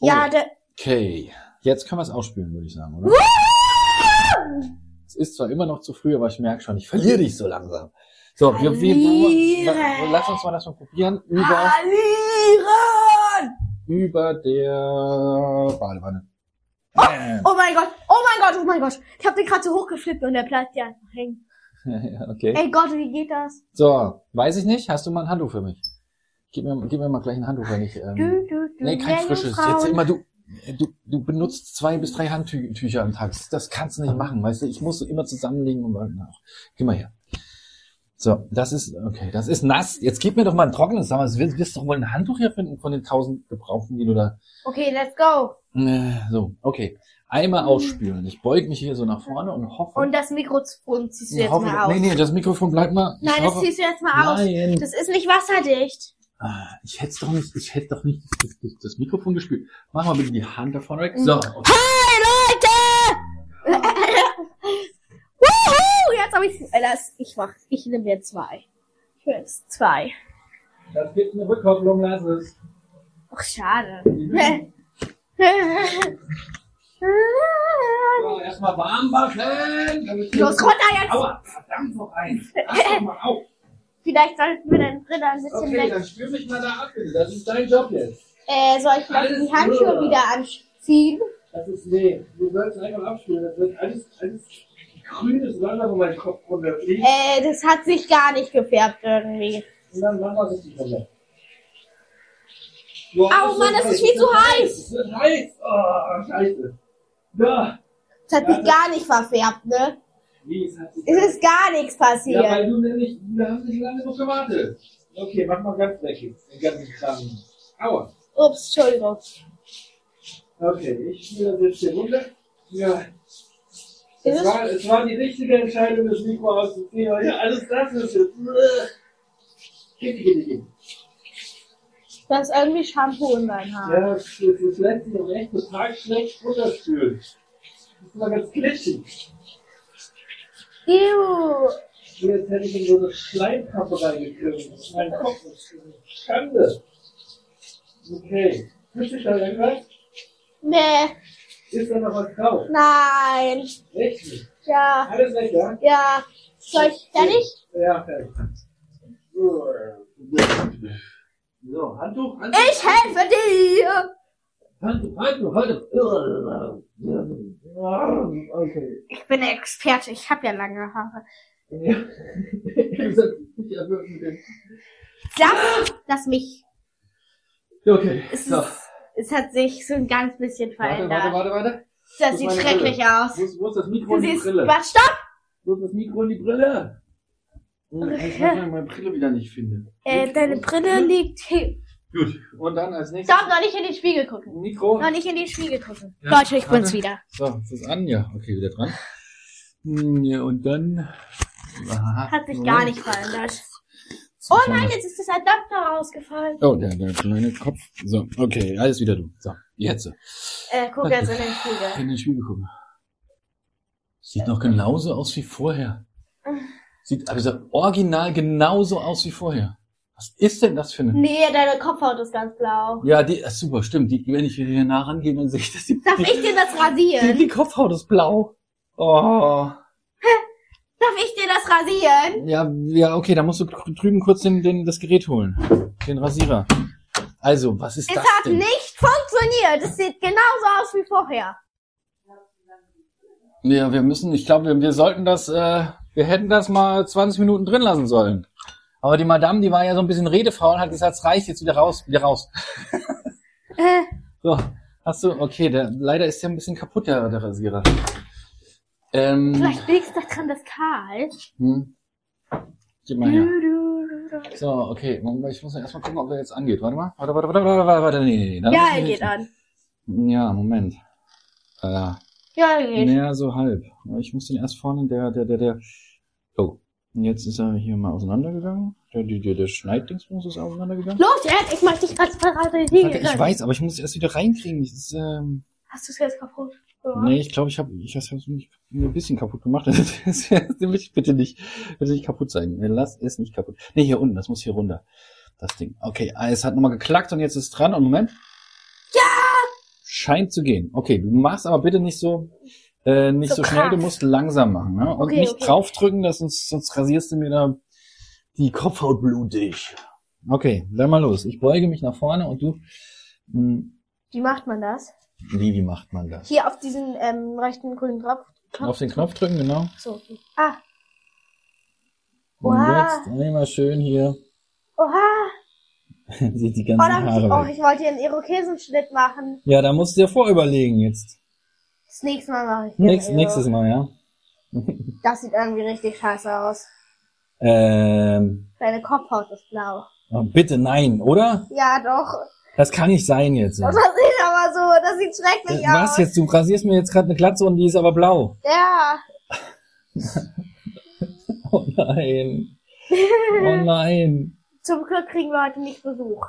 Speaker 2: Oh,
Speaker 1: ja, der,
Speaker 2: Okay, jetzt können wir es ausspülen, würde ich sagen, oder? Es ist zwar immer noch zu früh, aber ich merke schon, ich verliere dich so langsam. So, wir, wir
Speaker 1: Verliere. Ah!
Speaker 2: la- lass uns mal das mal probieren. Über,
Speaker 1: Verlieren!
Speaker 2: über der Badewanne. Äh,
Speaker 1: Oh mein Gott, oh mein Gott, oh mein Gott. Ich hab den gerade so hochgeflippt und der bleibt hier einfach hängen.
Speaker 2: okay.
Speaker 1: Ey Gott, wie geht das?
Speaker 2: So, weiß ich nicht. Hast du mal ein Handtuch für mich? Gib mir, gib mir mal gleich ein Handtuch, wenn ich. Ähm,
Speaker 1: Du, du, du,
Speaker 2: nee, kein
Speaker 1: Meerjungfrauen.
Speaker 2: frisches. Jetzt immer du. Du, du benutzt zwei bis drei Handtücher am Tag. Das- Das kannst du nicht machen, weißt du? Ich muss immer zusammenlegen und mal nach. Geh mal her. So, das ist, okay, das ist nass. Jetzt gib mir doch mal ein trockenes. Sag mal, du wirst, wirst doch wohl ein Handtuch hier finden von den tausend Gebrauchten, die du da
Speaker 1: Okay, let's go.
Speaker 2: Äh, So, okay. Einmal ausspülen. Ich beug mich hier so nach vorne und hoffe.
Speaker 1: Mhm. Und das Mikrofon ziehst du jetzt
Speaker 2: hoffe
Speaker 1: mal aus.
Speaker 2: nee, nee, das Mikrofon bleibt mal. ich
Speaker 1: Nein, das
Speaker 2: hoffe,
Speaker 1: ziehst du jetzt mal aus.
Speaker 2: Nein.
Speaker 1: Das ist nicht wasserdicht.
Speaker 2: Ah, ich hätte doch nicht, ich hätte doch nicht das, das, das Mikrofon gespült. Mach mal bitte die Hand da vorne weg. So,
Speaker 1: Mhm.
Speaker 2: okay.
Speaker 1: Wuhu, jetzt habe ich, äh, das, ich mach, ich nehme mir zwei. Ich will jetzt zwei.
Speaker 2: das gibt eine Rückkopplung, lass es.
Speaker 1: Ach, schade.
Speaker 2: So, erstmal warm waschen. damit-
Speaker 1: Los, runter jetzt!
Speaker 2: Aua, verdammt noch ein. Ach, doch mal auf.
Speaker 1: Vielleicht sollten wir dann drinnen ein bisschen
Speaker 2: Okay,
Speaker 1: weg.
Speaker 2: dann spür mich mal da ab, bitte. Das ist dein Job jetzt.
Speaker 1: Äh, soll ich vielleicht
Speaker 2: Alles
Speaker 1: die Handschuhe
Speaker 2: klar.
Speaker 1: wieder anziehen?
Speaker 2: Das ist, nee, du sollst einfach abspülen. Das wird alles, alles grünes Wasser von meinem Kopf runterfliegen.
Speaker 1: Äh, das hat sich gar nicht gefärbt irgendwie.
Speaker 2: Und dann machen wir es nicht mehr.
Speaker 1: Au, Mann, das ist viel zu heiß.
Speaker 2: Es wird heiß! Oh, scheiße. Ja.
Speaker 1: Das hat
Speaker 2: Ja,
Speaker 1: sich
Speaker 2: das-
Speaker 1: gar nicht verfärbt, ne?
Speaker 2: Wie, es hat sich...
Speaker 1: Es ist gar nichts
Speaker 2: ja,
Speaker 1: passiert.
Speaker 2: weil du nämlich... Wir haben nicht lange genug gewartet. Okay, mach mal ganz weg jetzt. Den ganzen Kram. Aua.
Speaker 1: Ups, Entschuldigung.
Speaker 2: Okay, ich spiele das jetzt hier runter. Ja.
Speaker 1: Es
Speaker 2: Es
Speaker 1: ist-
Speaker 2: war, es war die richtige Entscheidung, das Mikro auszuziehen. aber Ja, alles das ist jetzt... äh, Geht, geht, geht.
Speaker 1: Du hast irgendwie Shampoo in deinen Haaren.
Speaker 2: Ja, das, das lässt sich auch echt total schlecht runterspülen. Das ist mal ganz glitschig.
Speaker 1: Ew.
Speaker 2: Hier, Jetzt hätte ich in so eine Schleimkappe reingekriegt. Das ist mein Kopf. Das ist eine Schande. Okay. Fühlt sich da irgendwas?
Speaker 1: Nee,
Speaker 2: Ist da noch was drauf?
Speaker 1: nein.
Speaker 2: Echt nicht.
Speaker 1: Ja,
Speaker 2: Alles weg, ja?
Speaker 1: ja. Soll ich fertig?
Speaker 2: Ja, fertig. So, So, Handtuch, Handtuch.
Speaker 1: Ich helfe dir.
Speaker 2: Handtuch, Handtuch, Handtuch. Okay.
Speaker 1: Ich bin eine Experte. Ich habe ja lange Haare.
Speaker 2: Ja. Ich sag, ich erwürgen den.
Speaker 1: Lass, lass mich.
Speaker 2: Okay.
Speaker 1: Es,
Speaker 2: So.
Speaker 1: ist, es hat sich so ein ganz bisschen
Speaker 2: Warte,
Speaker 1: verändert.
Speaker 2: warte, warte, warte.
Speaker 1: Das
Speaker 2: Das
Speaker 1: sieht
Speaker 2: ist meine
Speaker 1: schrecklich aus.
Speaker 2: Wo ist, wo ist das Mikro
Speaker 1: Du
Speaker 2: und die
Speaker 1: siehst,
Speaker 2: Brille?
Speaker 1: was, stopp!
Speaker 2: Wo ist das Mikro und die Brille? Hm, Ich weiß, wenn ich meine Brille wieder nicht finde.
Speaker 1: Äh,
Speaker 2: Gut.
Speaker 1: deine Brille liegt hin.
Speaker 2: Gut. Und dann als nächstes.
Speaker 1: Stopp, noch nicht in den Spiegel gucken.
Speaker 2: Mikro.
Speaker 1: Noch nicht in den Spiegel gucken.
Speaker 2: Ja,
Speaker 1: Leute, ich bin's
Speaker 2: warte.
Speaker 1: wieder.
Speaker 2: So, das ist an. Ja, okay, wieder dran. Hm, Ja, und dann. Aha.
Speaker 1: Hat sich
Speaker 2: Moment.
Speaker 1: gar nicht verändert.
Speaker 2: So,
Speaker 1: Oh
Speaker 2: schauen
Speaker 1: nein,
Speaker 2: wir.
Speaker 1: jetzt ist das Adapter rausgefallen.
Speaker 2: Oh, der, der kleine Kopf. So, okay, alles wieder du. So, jetzt.
Speaker 1: Äh, guck jetzt in den Spiegel.
Speaker 2: In den Spiegel gucken. Sieht noch genauso aus wie vorher. Sieht also original genauso aus wie vorher. Was ist denn das für eine?
Speaker 1: Nee, deine Kopfhaut ist ganz blau.
Speaker 2: Ja, die, ah, super, stimmt. Die, wenn ich hier nah rangehe, dann sehe ich, dass die,
Speaker 1: Darf
Speaker 2: die,
Speaker 1: ich dir das
Speaker 2: die,
Speaker 1: rasieren?
Speaker 2: die Kopfhaut ist blau. Oh.
Speaker 1: Darf ich dir das rasieren?
Speaker 2: Ja, ja, okay, da musst du dr- drüben kurz den, den, das Gerät holen. Den Rasierer. Also, was ist
Speaker 1: Es
Speaker 2: das
Speaker 1: hat
Speaker 2: denn?
Speaker 1: nicht funktioniert. Es sieht genauso aus wie vorher.
Speaker 2: Ja, wir müssen, ich glaube, wir, wir sollten das, äh, wir hätten das mal 20 Minuten drin lassen sollen. Aber die Madame, die war ja so ein bisschen redefaul und hat gesagt, es reicht jetzt wieder raus, wieder raus.
Speaker 1: Äh,
Speaker 2: So, hast du, okay, der, leider ist der ein bisschen kaputt, der, der Rasierer. Ähm,
Speaker 1: vielleicht liegt es daran, dass Karl.
Speaker 2: hm. Gib mal her.
Speaker 1: Du, du, du, du.
Speaker 2: So, okay, Moment, ich muss erstmal gucken, ob er jetzt angeht. Warte mal, warte, warte, warte, warte, warte, warte, nee, nee, nee. dann
Speaker 1: Ja,
Speaker 2: ist
Speaker 1: er geht
Speaker 2: nicht-
Speaker 1: an.
Speaker 2: Ja, Moment. Äh,
Speaker 1: Ja, er geht.
Speaker 2: Naja, so halb. Ich muss den erst vorne, der, der, der, der. Oh. Und jetzt ist er hier mal auseinandergegangen. Der, der, der, der Schneiddingsbums ist auseinandergegangen.
Speaker 1: Los, Ed, ich mach dich als
Speaker 2: Warte,
Speaker 1: rasieren.
Speaker 2: ich weiß, aber ich muss es erst wieder reinkriegen. Das ist, ähm,
Speaker 1: Hast du es jetzt kaputt? Ja.
Speaker 2: nee, ich glaube, ich habe ich hab's nicht- mir ein bisschen kaputt gemacht. Das will ich bitte nicht, bitte nicht kaputt sein. Lass es nicht kaputt. Nee, hier unten, das muss hier runter. Das Ding. Okay, ah, es hat nochmal geklackt und jetzt ist es dran. Und Moment. Ja! Scheint zu gehen. Okay, du machst aber bitte nicht so. äh, nicht so,
Speaker 1: So
Speaker 2: schnell, du
Speaker 1: krass.
Speaker 2: musst langsam machen. Ne? Und
Speaker 1: Okay,
Speaker 2: nicht
Speaker 1: okay.
Speaker 2: draufdrücken, das sonst, sonst rasierst du mir da die Kopfhaut blutig. Okay, dann mal los. Ich beuge mich nach vorne und du. Hm,
Speaker 1: Wie macht man das?
Speaker 2: Wie, wie macht man das?
Speaker 1: Hier auf diesen ähm, rechten grünen Knopf.
Speaker 2: Auf den Knopf drücken, genau.
Speaker 1: So. Ah,
Speaker 2: Und
Speaker 1: Wow.
Speaker 2: jetzt einmal schön hier
Speaker 1: oha.
Speaker 2: die, die
Speaker 1: Oh,
Speaker 2: ganzen
Speaker 1: da hab ich,
Speaker 2: Haare
Speaker 1: oh,
Speaker 2: weg.
Speaker 1: ich wollte hier einen Irokesenschnitt machen.
Speaker 2: Ja, da musst du dir vorüberlegen jetzt.
Speaker 1: Das nächste Mal mache ich hier
Speaker 2: Nächst,
Speaker 1: einen
Speaker 2: nächstes Mal, ja.
Speaker 1: Iro. Das sieht irgendwie richtig scheiße aus.
Speaker 2: Ähm,
Speaker 1: Deine Kopfhaut ist blau.
Speaker 2: oh, bitte nein, oder?
Speaker 1: Ja, doch.
Speaker 2: Das kann nicht sein jetzt. Ja.
Speaker 1: Das sieht aber so, das sieht schrecklich aus.
Speaker 2: Was jetzt? Du rasierst mir jetzt gerade eine Glatze und die ist aber blau.
Speaker 1: Ja.
Speaker 2: Oh nein. Oh nein.
Speaker 1: Zum Glück kriegen wir heute nicht Besuch.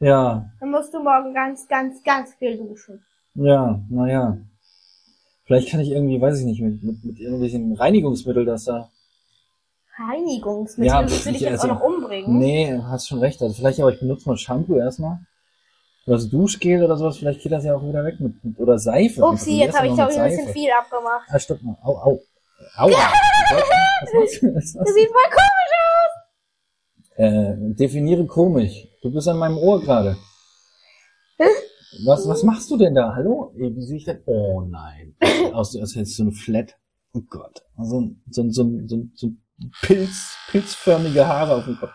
Speaker 2: Ja,
Speaker 1: Dann musst du morgen ganz, ganz, ganz viel duschen.
Speaker 2: ja, naja. Vielleicht kann ich irgendwie, weiß ich nicht, mit, mit, mit irgendwelchen Reinigungsmittel das da.
Speaker 1: Reinigungsmittel.
Speaker 2: Ja,
Speaker 1: Willst du dich
Speaker 2: ich-
Speaker 1: jetzt
Speaker 2: also-
Speaker 1: auch noch umbringen?
Speaker 2: Nee, hast schon recht. Also vielleicht, aber ich benutze mal Shampoo erstmal. Oder so Duschgel oder sowas, vielleicht geht das ja auch wieder weg mit, mit oder Seife.
Speaker 1: Upsi, jetzt habe ich
Speaker 2: doch
Speaker 1: glaube ich ein bisschen viel abgemacht.
Speaker 2: Ah, stopp mal. Au, au. Aua. Was machst du? Was
Speaker 1: Das
Speaker 2: machst
Speaker 1: sieht voll komisch
Speaker 2: du? Äh, definiere komisch. Du bist an meinem Ohr gerade. Was, was machst du denn da? Hallo? Ey, Wie sehe ich denn? Oh nein. Aus, als hättest du eine Flat. Oh Gott. So ein, so ein, so ein, so ein, so ein Pilz, pilzförmige Haare auf dem Kopf.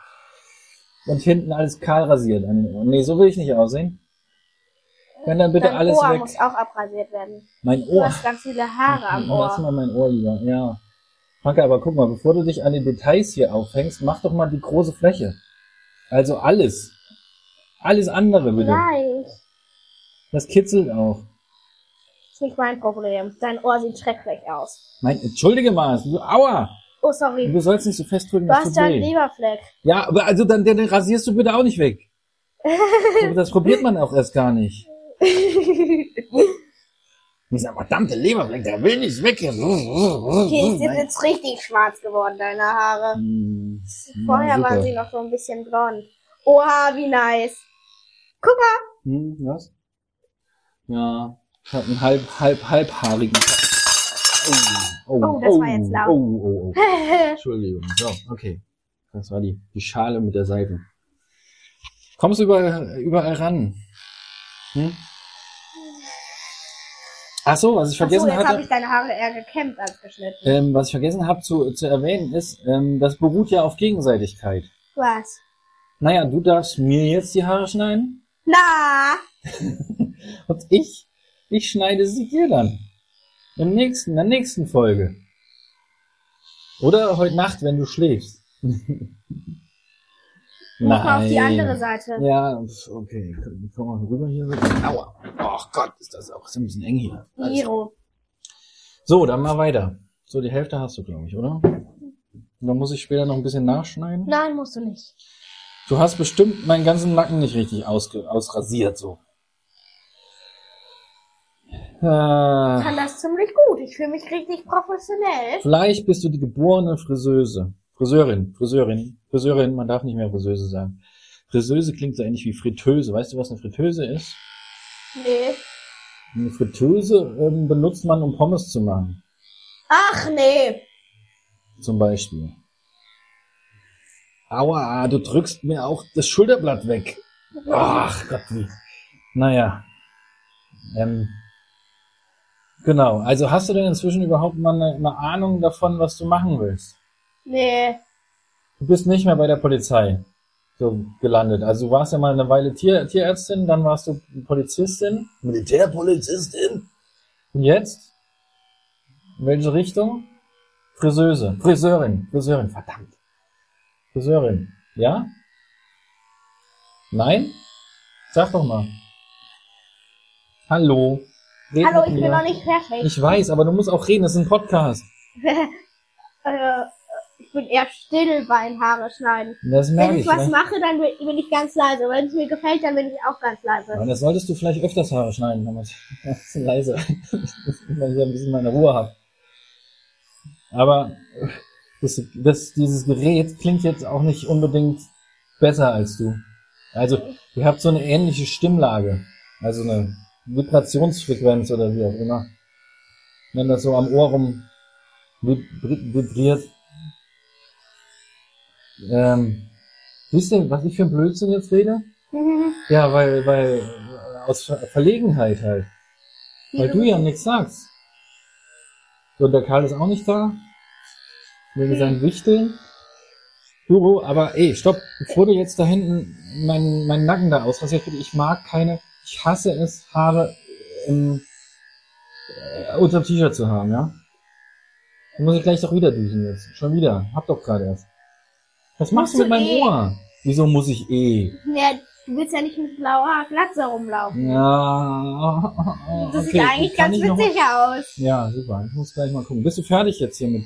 Speaker 2: Und hinten alles kahl rasiert. an den Ohren. Nee, so will ich nicht aussehen. Wenn dann bitte
Speaker 1: Dein
Speaker 2: alles
Speaker 1: Ohr
Speaker 2: weg.
Speaker 1: muss auch abrasiert werden.
Speaker 2: Mein
Speaker 1: Du
Speaker 2: Ohr.
Speaker 1: hast ganz viele Haare am
Speaker 2: Hm, Lass
Speaker 1: Ohr.
Speaker 2: mal mein Ohr lieber, ja. Franka, aber guck mal, bevor du dich an den Details hier aufhängst, mach doch mal die große Fläche. Also alles. Alles andere bitte.
Speaker 1: Nein,
Speaker 2: Das kitzelt auch.
Speaker 1: ist nicht mein Problem. Dein Ohr sieht schrecklich aus.
Speaker 2: Mein, entschuldige mal, du, aua!
Speaker 1: Oh,
Speaker 2: Du
Speaker 1: sorry.
Speaker 2: sollst nicht so festdrücken,
Speaker 1: Du
Speaker 2: das tut
Speaker 1: hast da einen
Speaker 2: weh.
Speaker 1: Leberfleck.
Speaker 2: Ja, aber also dann, den rasierst du bitte auch nicht weg. Aber das probiert man auch erst gar nicht. Dieser verdammte Leberfleck, der will nicht weg. Hier
Speaker 1: Okay, die sind
Speaker 2: ist
Speaker 1: jetzt richtig schwarz geworden, deine Haare.
Speaker 2: Hm. Mhm.
Speaker 1: Vorher waren sie noch so ein bisschen blond. Oha, wie nice. Guck mal,
Speaker 2: Hm, was? Ja, ich hab einen halb, halb, halbhaarigen. Oh,
Speaker 1: Oh, das war jetzt laut.
Speaker 2: Oh, oh, oh. Entschuldigung. So, okay. Das war die, die Schale mit der Seite. Kommst du überall, überall ran? Hm? Ach so, was ich
Speaker 1: Ach so,
Speaker 2: vergessen
Speaker 1: jetzt habe
Speaker 2: hatte,
Speaker 1: ich deine Haare eher gekämmt als geschnitten.
Speaker 2: ähm, was ich vergessen habe zu, zu erwähnen ist, ähm, das beruht ja auf Gegenseitigkeit.
Speaker 1: Was?
Speaker 2: Naja, du darfst mir jetzt die Haare schneiden
Speaker 1: Na,
Speaker 2: und ich, ich schneide sie dir dann. Im nächsten, in der nächsten Folge. Oder heute Nacht, wenn du schläfst.
Speaker 1: guck mal auf die andere Seite.
Speaker 2: Ja, pf, okay. Komm komm mal rüber hier. Aua. Oh Gott, ist das auch ist ein bisschen eng hier. Alles-
Speaker 1: Miro.
Speaker 2: So, dann mal weiter. So, die Hälfte hast du, glaube ich, oder? Dann muss ich später noch ein bisschen nachschneiden.
Speaker 1: Nein, musst du nicht.
Speaker 2: Du hast bestimmt meinen ganzen Nacken nicht richtig ausge ausrasiert, so.
Speaker 1: Ich
Speaker 2: Äh,
Speaker 1: kann das ziemlich gut. Ich fühle mich richtig professionell.
Speaker 2: vielleicht bist du die geborene Friseuse. Friseurin, Friseurin, Friseurin, man darf nicht mehr Friseuse sagen. Friseuse klingt so ähnlich wie Fritteuse. Weißt du, was eine Fritteuse ist?
Speaker 1: Nee.
Speaker 2: Eine Fritteuse ähm, benutzt man, um Pommes zu machen,
Speaker 1: Ach nee.
Speaker 2: zum Beispiel. Aua, du drückst mir auch das Schulterblatt weg. Ach Gott, wie. Naja. Ähm, genau, also hast du denn inzwischen überhaupt mal eine, eine Ahnung davon, was du machen willst?
Speaker 1: Nee.
Speaker 2: Du bist nicht mehr bei der Polizei so gelandet. Also du warst ja mal eine Weile Tier, Tierärztin, dann warst du Polizistin. Militärpolizistin. Und jetzt? In welche Richtung? Friseuse. Friseurin. Friseurin. Verdammt. Friseurin. Ja? Nein? Sag doch mal. Hallo. Red
Speaker 1: Hallo,
Speaker 2: mit
Speaker 1: ich bin
Speaker 2: mir.
Speaker 1: noch nicht fertig.
Speaker 2: Ich weiß, aber du musst auch reden. Das ist ein Podcast.
Speaker 1: äh, ich bin eher still beim Haare schneiden.
Speaker 2: Das merke
Speaker 1: Wenn
Speaker 2: ich.
Speaker 1: ich was
Speaker 2: ne?
Speaker 1: mache, dann bin bin ich ganz leise. Wenn es mir gefällt, dann bin ich auch ganz leise.
Speaker 2: Aber das solltest du vielleicht öfters Haare schneiden, damit ganz leise, weil ich ein bisschen meine Ruhe habe. Aber das, das, dieses Gerät klingt jetzt auch nicht unbedingt besser als du. Also ihr habt so eine ähnliche Stimmlage, also eine Vibrationsfrequenz oder wie auch immer. wenn das so am Ohr rum vibri- vibriert. Ähm, siehst du, was ich für ein Blödsinn jetzt rede? Ja, weil, weil, äh, aus Ver- Verlegenheit halt. Weil du ja nichts sagst. So, und der Karl ist auch nicht da.
Speaker 1: Hm.
Speaker 2: Wegen seinen Wichteln. Duro, aber ey, stopp, bevor du jetzt da hinten meinen meinen Nacken da ausrasierst, bitte, ich mag keine, ich hasse es, Haare im, äh, unterm T-Shirt zu haben, ja? Dann muss ich gleich doch wieder duschen jetzt. Schon wieder. Hab doch gerade erst. Was machst du mit
Speaker 1: Musst du
Speaker 2: meinem
Speaker 1: eh.
Speaker 2: Ohr? Wieso muss ich eh?
Speaker 1: Ja, du willst ja nicht mit blauer Glatze rumlaufen.
Speaker 2: Ja.
Speaker 1: Das
Speaker 2: okay,
Speaker 1: sieht eigentlich
Speaker 2: kann
Speaker 1: ganz
Speaker 2: ich noch-
Speaker 1: witzig aus.
Speaker 2: Ja, super. Ich muss gleich mal gucken. Bist du fertig jetzt hier mit,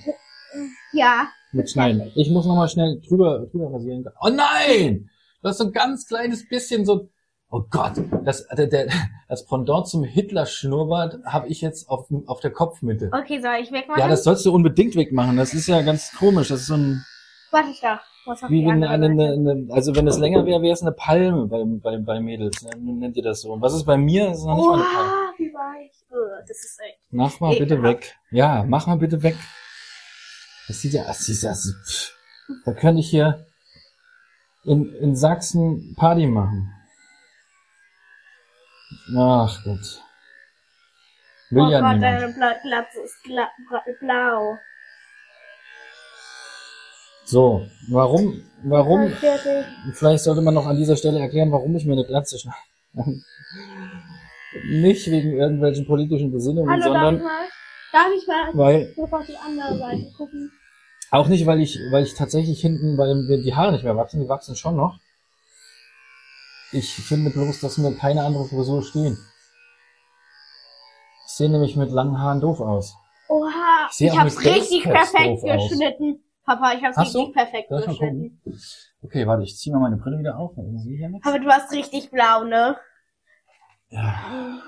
Speaker 1: Ja.
Speaker 2: mit Schneiden? Ich muss nochmal schnell drüber, drüber rasieren. Oh nein! Du hast so ein ganz kleines bisschen so. Oh Gott, das, der, der, das Pendant zum Hitler-Schnurrbart habe ich jetzt auf, dem- auf der Kopfmitte.
Speaker 1: Okay, soll ich wegmachen?
Speaker 2: Ja, das sollst du unbedingt wegmachen. Das ist ja ganz komisch. Das ist so ein,
Speaker 1: Warte ich doch. Muss auf
Speaker 2: wie
Speaker 1: die
Speaker 2: wenn
Speaker 1: andere
Speaker 2: eine,
Speaker 1: Seite.
Speaker 2: eine, eine also wenn es länger wäre, wäre es eine Palme bei, bei, bei Mädels. Ne? Nennt ihr das so? Und was ist bei mir? Das ist noch nicht mal eine Palme.
Speaker 1: Oha, wie weich. Äh, Das ist echt.
Speaker 2: Mach mal bitte
Speaker 1: Ekelhaft.
Speaker 2: weg. Ja, mach mal bitte weg. Das sieht ja, das sieht das, pff. da könnte ich hier in, in Sachsen Party machen. Ach Gott. Will
Speaker 1: oh
Speaker 2: ja
Speaker 1: Gott,
Speaker 2: niemand.
Speaker 1: deine Bla- Glatze ist gla- bra- blau.
Speaker 2: So, warum, warum,
Speaker 1: Äh. Fertig.
Speaker 2: vielleicht sollte man noch an dieser Stelle erklären, warum ich mir eine Glatze schneide. Nicht wegen irgendwelchen politischen Gesinnungen,
Speaker 1: Hallo, darf ich
Speaker 2: sondern
Speaker 1: mal? Darf ich mal?
Speaker 2: weil
Speaker 1: Ich muss auf die andere Seite gucken.
Speaker 2: Auch nicht, weil ich, weil ich tatsächlich hinten, weil mir die Haare nicht mehr wachsen, die wachsen schon noch. Ich finde bloß, dass mir keine andere Frisur stehen. Ich sehe nämlich mit langen Haaren doof aus.
Speaker 1: Oha,
Speaker 2: Ich
Speaker 1: ich,
Speaker 2: sehe auch
Speaker 1: hab's
Speaker 2: mit Basecap
Speaker 1: richtig perfekt
Speaker 2: doof aus.
Speaker 1: geschnitten. Papa, ich hab's
Speaker 2: Hast du?
Speaker 1: richtig perfekt
Speaker 2: Soll ich mal
Speaker 1: geschnitten.
Speaker 2: Okay, warte, ich ziehe mal meine Brille wieder auf. Dann sehe ich ja nichts.
Speaker 1: Aber du hast richtig blau, ne?
Speaker 2: Ja.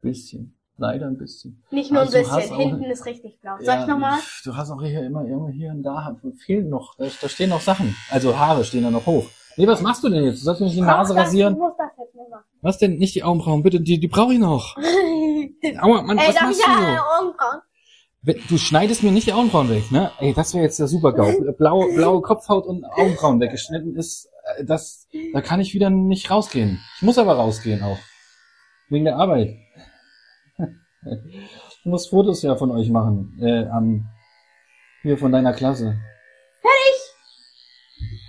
Speaker 2: Bisschen. Leider ein bisschen.
Speaker 1: Nicht nur ein
Speaker 2: Also du hast
Speaker 1: bisschen,
Speaker 2: auch-
Speaker 1: hinten ist richtig blau. Soll
Speaker 2: Ja,
Speaker 1: ich nochmal?
Speaker 2: Du hast auch hier immer irgendwo hier und da fehlen noch, da, da stehen noch Sachen. Also Haare stehen da noch hoch. Nee, was machst du denn jetzt? Du sollst mir nicht die Nase rasieren.
Speaker 1: Ich muss das jetzt nicht machen.
Speaker 2: Was denn? Nicht die Augenbrauen, bitte. Die, die brauche ich noch. Aua, Mann,
Speaker 1: Ey,
Speaker 2: was
Speaker 1: darf
Speaker 2: machst
Speaker 1: ich
Speaker 2: du?
Speaker 1: ja umkommen?
Speaker 2: Wenn- Du schneidest mir nicht die Augenbrauen weg, ne? Ey, das wäre jetzt der Super-GAU. Blaue, blaue Kopfhaut und Augenbrauen weggeschnitten ist, äh, das, da kann ich wieder nicht rausgehen. Ich muss aber rausgehen auch. Wegen der Arbeit. Ich muss Fotos ja von euch machen, äh, am, hier von deiner Klasse.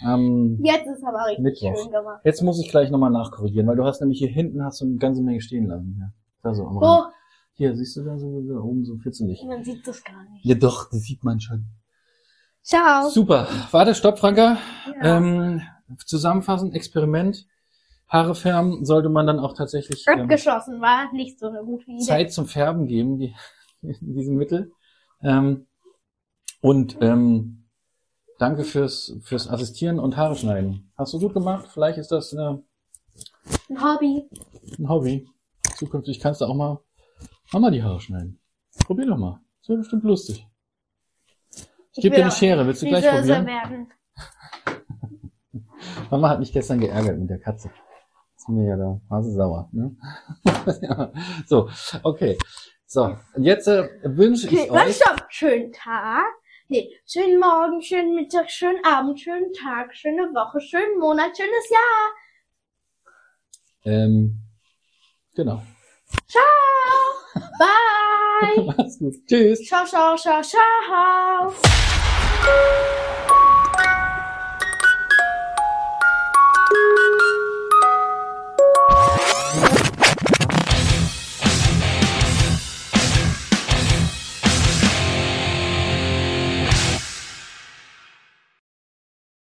Speaker 2: Fertig! Am,
Speaker 1: Jetzt ist aber richtig
Speaker 2: Mittwoch.
Speaker 1: schön gemacht.
Speaker 2: jetzt muss ich gleich nochmal nachkorrigieren, weil du hast nämlich hier hinten hast du eine ganze Menge stehen lassen, ja. Da so, am Rand.
Speaker 1: Oh,
Speaker 2: Hier, siehst du da so, da oben so fitzelig.
Speaker 1: man sieht das gar nicht.
Speaker 2: Ja doch, das sieht man schon.
Speaker 1: Ciao.
Speaker 2: Super. Warte, stopp, Franka.
Speaker 1: Ja.
Speaker 2: Ähm, zusammenfassend, Experiment. Haare färben sollte man dann auch tatsächlich ähm,
Speaker 1: Abgeschossen war nicht so eine gute Idee.
Speaker 2: Zeit zum Färben geben, die, in diesem Mittel. Ähm, und ähm, danke fürs, fürs Assistieren und Haare schneiden. Hast du gut gemacht. Vielleicht ist das äh,
Speaker 1: Ein Hobby.
Speaker 2: ein Hobby. Zukünftig kannst du auch mal Mama die Haare schneiden. Probier doch mal. Das wäre bestimmt lustig. Ich gebe dir eine Schere. Willst du gleich probieren?
Speaker 1: werden.
Speaker 2: Mama hat mich gestern geärgert mit der Katze. Ist mir ja da Hase sauer. Ne? ja. So, okay. So, und jetzt äh, wünsche ich
Speaker 1: Okay, warte,
Speaker 2: euch.
Speaker 1: stopp. Schönen Tag. Nee, schönen Morgen, schönen Mittag, schönen Abend, schönen Tag, schöne Woche, schönen Monat, schönes Jahr.
Speaker 2: Ähm, genau.
Speaker 1: Ciao. Bye.
Speaker 2: Macht's gut. Tschüss.
Speaker 1: Ciao, ciao, ciao, ciao.